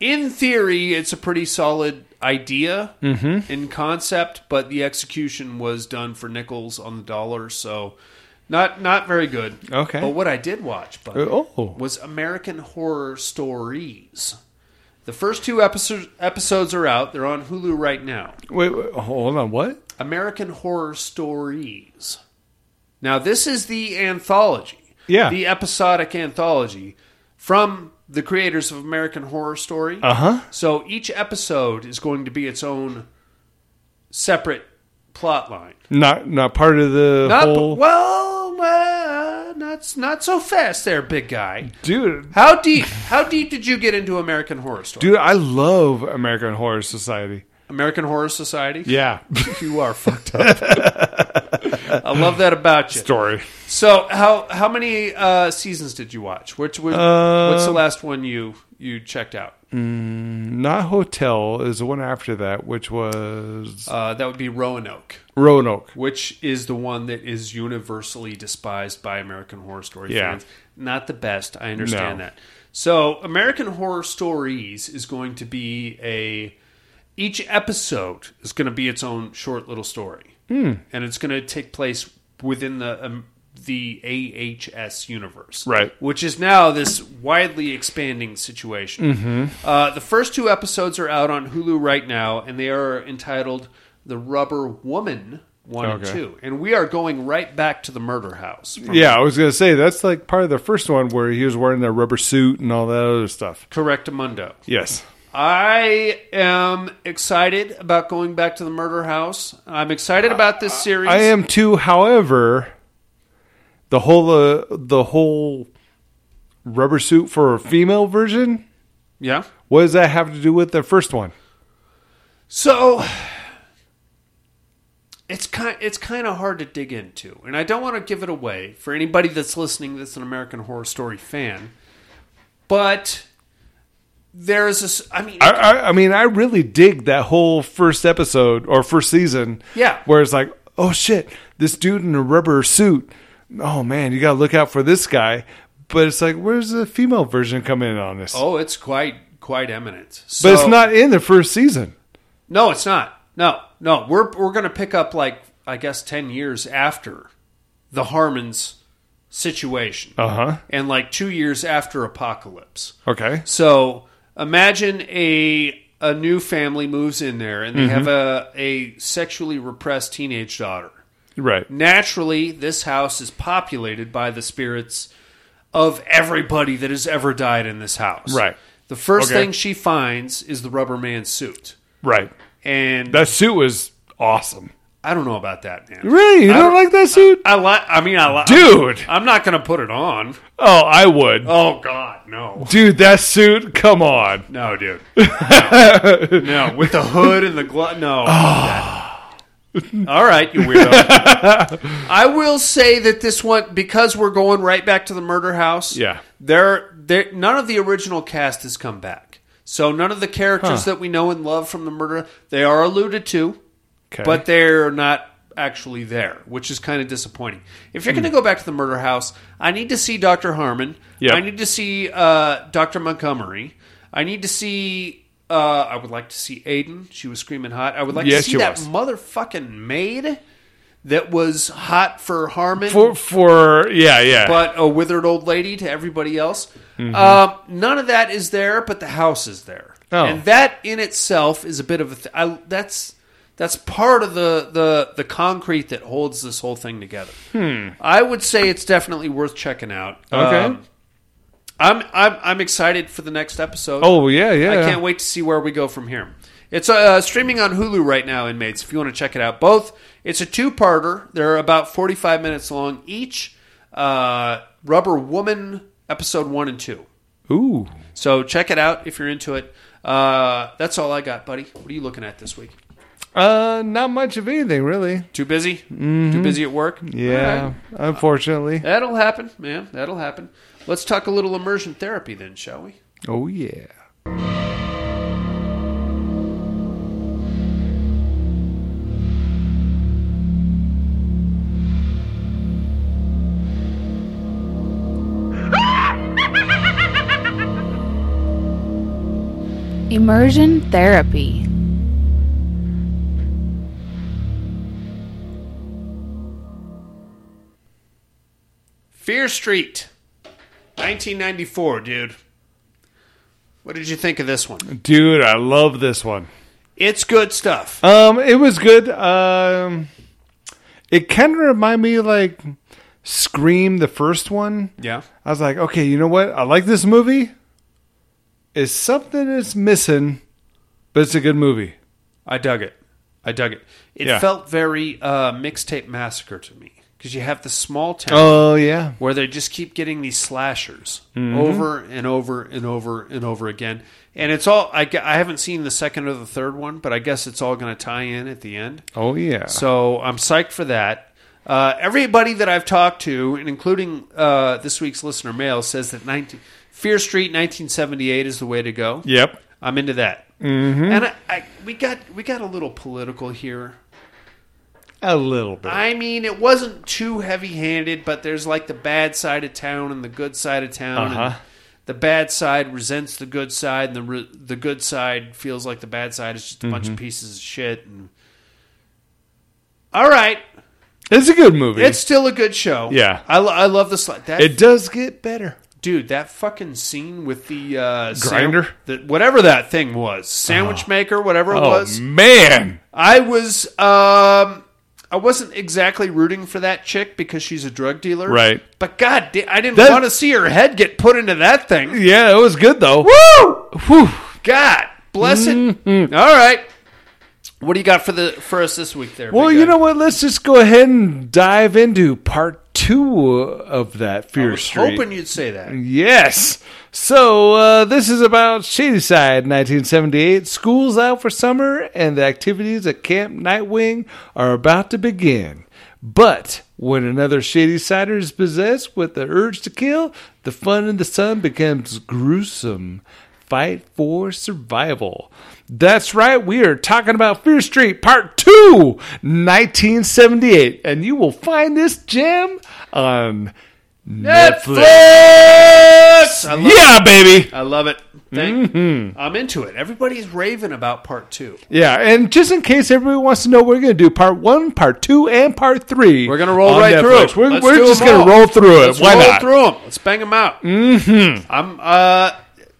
A: in theory, it's a pretty solid idea
D: Mm-hmm.
A: in concept, but the execution was done for nickels on the dollar, so not not very good.
D: Okay.
A: But what I did watch, but
D: Oh.
A: was American Horror Stories. The first two episodes episodes are out. They're on Hulu right now.
D: wait, wait, hold on. What?
A: American Horror Stories. Now, this is the anthology.
D: Yeah.
A: The episodic anthology from the creators of American Horror Story.
D: Uh-huh.
A: So each episode is going to be its own separate plot line.
D: Not not part of the
A: Not,
D: whole
A: well, well, not not so fast there, big guy.
D: dude.
A: How deep? How deep did you get into American Horror Story?
D: Dude, I love American Horror Society.
A: American Horror Society.
D: Yeah,
A: You are fucked up. I love that about you.
D: story.
A: So how how many uh, seasons did you watch? Which which- what's the last one you you checked out?
D: Not Hotel is the one after that, which was
A: Uh, that would be Roanoke,
D: Roanoke.
A: which is the one that is universally despised by American Horror Story
D: Yeah.
A: fans. Not the best, I understand
D: No.
A: that. So American Horror Stories is going to be a each episode is going to be its own short little story,
D: Hmm.
A: and it's going to take place within the um, the AHS universe,
D: Right.
A: Which is now this widely expanding situation.
D: Mm-hmm.
A: Uh, the first two episodes are out on Hulu right now, and they are entitled "The Rubber Woman." One
D: Okay.
A: and two, and we are going right back to the murder house. from-
D: Yeah, I was gonna say that's like part of the first one where he was wearing the rubber suit and all that other stuff.
A: Correctamundo.
D: Yes.
A: I am excited about going back to the murder house. I'm excited about this series.
D: I am too. However, the whole uh, the whole rubber suit for a female version.
A: Yeah.
D: What does that have to do with the first one?
A: So it's kind it's kind of hard to dig into, and I don't want to give it away for anybody that's listening that's an American Horror Story fan. But there's this. I mean,
D: I, I, I mean, I really dig that whole first episode or first season.
A: Yeah.
D: Where it's like, oh shit, this dude in a rubber suit. Oh man, you gotta look out for this guy. But it's like, where's the female version come in on this?
A: oh, it's quite quite eminent.
D: but it's
A: So-
D: not in the first season.
A: No, it's not. No, no. We're we're gonna pick up like I guess ten years after the Harmon's situation,
D: Uh huh.
A: and like two years after Apocalypse.
D: Okay.
A: So imagine a a new family moves in there, and they have a
D: Mm-hmm.
A: a sexually repressed teenage daughter.
D: Right.
A: Naturally, this house is populated by the spirits of everybody that has ever died in this house.
D: Right.
A: The first
D: Okay.
A: thing she finds is the rubber man suit.
D: Right.
A: And
D: That suit was awesome.
A: I don't know about that, man.
D: Really? You
A: I
D: don't,
A: don't-
D: like that suit?
A: I like. I mean, I like.
D: Dude.
A: I'm not gonna put it on.
D: oh, I would.
A: Oh God, no,
D: Dude, that suit, come on.
A: no, dude, no, No. with the hood and the glove. No. All right, you weirdo. I will say that this one, because we're going right back to the murder house.
D: Yeah.
A: there, there. None of the original cast has come back, so none of the characters that we know and love from the murder they are alluded to.
D: Okay.
A: but they're not actually there, which is kind of disappointing. If you're going to go back to the murder house, I need to see Dr. Harmon.
D: Hmm. Yep.
A: I need to see uh, Dr. Montgomery. I need to see. Uh, I would like to see Aiden. She was screaming hot. I would like
D: Yes,
A: to
D: she
A: see that
D: was.
A: motherfucking maid that was hot for Harmon,
D: for for yeah, yeah. Mm-hmm.
A: but a withered old lady to everybody else. Um, none of that is there, but the house is there,
D: Oh.
A: and that in itself is a bit of a. Th- I, that's that's part of the, the the concrete that holds this whole thing together. I would say it's definitely worth checking out.
D: Hmm. Okay.
A: Um, I'm I'm I'm excited for the next episode.
D: oh yeah, yeah.
A: I can't wait to see where we go from here. It's uh, streaming on Hulu right now, inmates. If you want to check it out, both it's a two-parter. They're about forty-five minutes long each. Uh, Rubber Woman episode one and two.
D: Ooh.
A: So check it out if you're into it. Uh, that's all I got, buddy. What are you looking at this week?
D: Uh, not much of anything really.
A: Too busy? Too busy at work? All
D: Mm-hmm. Yeah,
A: right.
D: unfortunately.
A: that'll happen, man. That'll happen. Let's talk a little immersion therapy then, shall we?
D: Oh yeah.
E: Immersion therapy.
A: Fear Street, 1994, dude. What did you think of this one?
D: Dude, I love this one.
A: It's good stuff.
D: Um, it was good. Um, it kind of reminded me of, like Scream, the first one.
A: Yeah.
D: I was like, okay, you know what? I like this movie. is something that's missing, but it's a good movie.
A: I dug it. I dug it. It
D: Yeah.
A: felt very uh, mixtape massacre to me because you have the small town
D: Oh, yeah.
A: where they just keep getting these slashers over and over and over and over again. And it's all I, gu- I haven't seen the second or the third one, but I guess it's all going to tie in at the end.
D: Oh, yeah.
A: So I'm psyched for that. Uh, everybody that I've talked to, and including uh, this week's listener mail, says that 19, Fear Street 1978 is the way to go.
D: Yep.
A: I'm into that. Mm-hmm. And I, I, we got we got a little political here.
D: A little bit.
A: I mean, it wasn't too heavy-handed, but there's like the bad side of town and the good side of town.
D: Uh-huh.
A: And the bad side resents the good side, and the re- the good side feels like the bad side is just a bunch of pieces of shit. And all right,
D: It's a good movie.
A: it's still a good show.
D: Yeah.
A: I, lo- I love the slide. That
D: it does get better.
A: dude, that fucking scene with the uh, sam-
D: Grinder? Oh.
A: the, whatever that thing was, sandwich maker, whatever it was.
D: man.
A: I was um I wasn't exactly rooting for that chick because she's a drug dealer.
D: Right.
A: But god da- I didn't
D: That-
A: want to see her head get put into that thing.
D: Yeah, it was good, though.
A: Woo!
D: Whew.
A: God bless
D: Mm-hmm.
A: it. All right. What do you got for the for us this week there?
D: Well,
A: big
D: you
A: guy?
D: know what? Let's just go ahead and dive into part two of that Fear
A: I was
D: Street.
A: hoping you'd say
D: Mm,
A: that.
D: Yes. So uh, this is about Shadyside, 1978. School's out for summer, and the activities at Camp Nightwing are about to begin. But when another Shadysider is possessed with the urge to kill, the fun in the sun becomes gruesome. Fight for survival. That's right, we are talking about Fear Street Part 2, 1978. And you will find this gem on
A: Netflix! I love
D: yeah, baby.
A: I love it. Thank
D: Mm-hmm.
A: I'm into it. Everybody's raving about part two.
D: Yeah, and just in case everybody wants to know, we're going to do part one, part two, and part three.
A: We're gonna roll
D: on
A: right
D: Netflix.
A: through.
D: We're,
A: Let's
D: we're
A: do
D: just
A: them
D: going
A: all.
D: to roll through it.
A: Let's
D: Why
A: roll
D: not?
A: through them. Let's bang them out. Mm-hmm. I'm. Uh,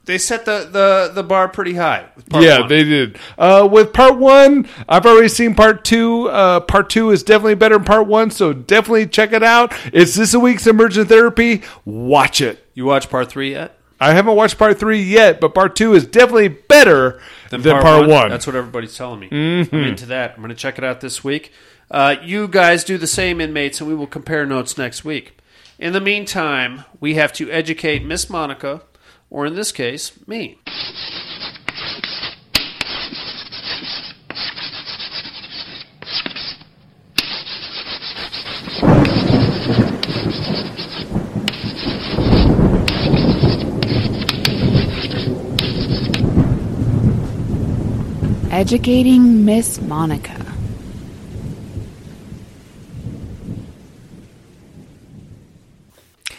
A: they set the, the, the bar pretty high. with part
D: yeah,
A: one.
D: they did. Uh, with part one, I've already seen part two. Uh, part two is definitely better than part one, so definitely check it out. It's this week's emergent therapy. Watch it.
A: You watch part three yet?
D: I haven't watched part three yet, but part two is definitely better than, part, one. Mm-hmm.
A: That's what everybody's telling me. I'm into that. I'm going to check it out this week. Uh, you guys do the same, inmates, and we will compare notes next week. In the meantime, we have to educate Miss Monica, or in this case, me.
E: Educating Miss Monica.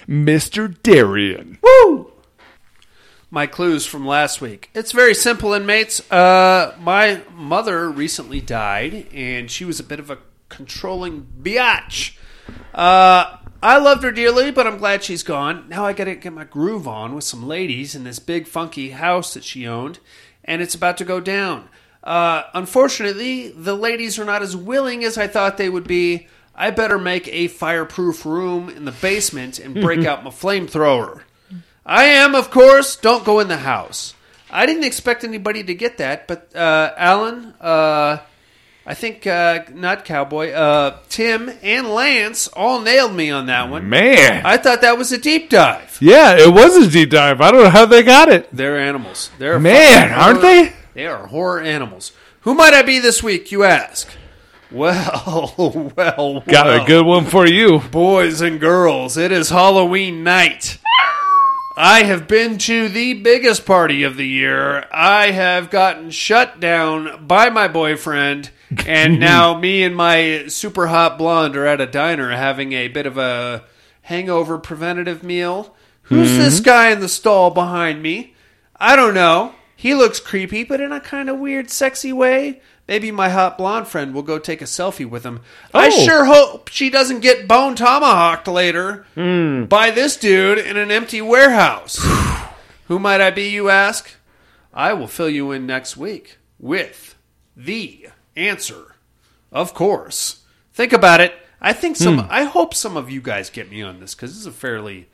D: Mr. Darien.
A: my clues from last week. It's very simple, inmates. Uh, my mother recently died, and she was a bit of a controlling biatch. Uh, I loved her dearly, but I'm glad she's gone. Now I gotta get my groove on with some ladies in this big funky house that she owned, and it's about to go down. Uh, unfortunately, the ladies are not as willing as I thought they would be. I better make a fireproof room in the basement and break out my flamethrower. I am, of course. Don't go in the house. I didn't expect anybody to get that, but uh, Alan, uh, I think uh, not Cowboy, uh, Tim, and Lance all nailed me on that one.
D: Man.
A: I thought that was a deep dive.
D: yeah, it was a deep dive. I don't know how they got it.
A: They're animals. They're
D: Man,
A: fucking
D: aren't
A: horror-
D: they?
A: They are horror animals. Who might I be this week? You ask. Well, well,
D: Got
A: well.
D: a good one for you.
A: Boys and girls, it is Halloween night. I have been to the biggest party of the year. I have gotten shut down by my boyfriend, and now me and my super hot blonde are at a diner having a bit of a hangover preventative meal. Who's this guy in the stall behind me? I don't know. He looks creepy, but in a kind of weird, sexy way. Maybe my hot blonde friend will go take a selfie with him. I
D: Oh.
A: sure hope she doesn't get bone tomahawked later by this dude in an empty warehouse. Who might I be, you ask? I will fill you in next week with the answer. Of course. Think about it. I think some. I hope some of you guys get me on this because this is a fairly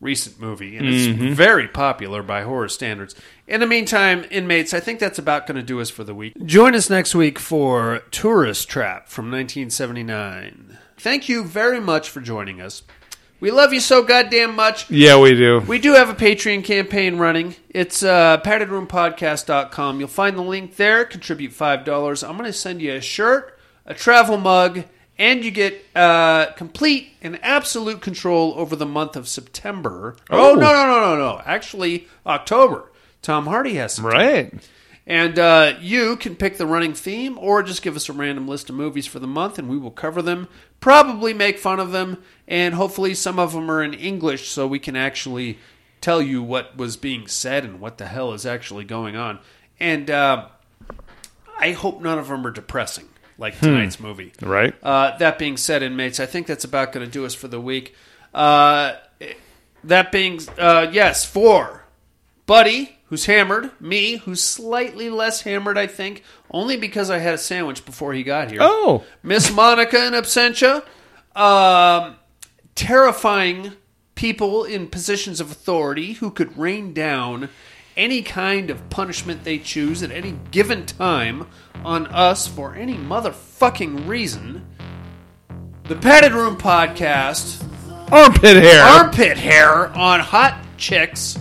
A: recent movie, and it's very popular by horror standards. In the meantime, inmates, I think that's about going to do us for the week. Join us next week for Tourist Trap from 1979. Thank you very much for joining us. We love you so goddamn much.
D: Yeah, we do.
A: We do have a Patreon campaign running. It's uh, paddedroompodcast.com. You'll find the link there. Contribute $5. I'm going to send you a shirt, a travel mug, and you get uh, complete and absolute control over the month of September. Oh, no, no, no, no, no. Actually, October. Tom Hardy has September.
D: Right.
A: And uh, you can pick the running theme or just give us a random list of movies for the month and we will cover them, probably make fun of them, and hopefully some of them are in English so we can actually tell you what was being said and what the hell is actually going on. And uh, I hope none of them are depressing like tonight's movie.
D: Right.
A: Uh, that being said, inmates, I think that's about going to do us for the week. Uh, that being, uh, yes, for Buddy, who's hammered, me, who's slightly less hammered, I think, only because I had a sandwich before he got here.
D: Oh.
A: Miss Monica in absentia. Um, terrifying people in positions of authority who could rain down any kind of punishment they choose at any given time on us for any motherfucking reason. The Padded Room Podcast
D: Armpit hair.
A: armpit hair on hot chicks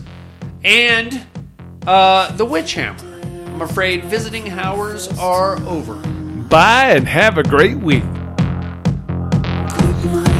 A: and uh, the witch hammer. I'm afraid visiting hours are over.
D: Bye and have a great week.
K: Good night.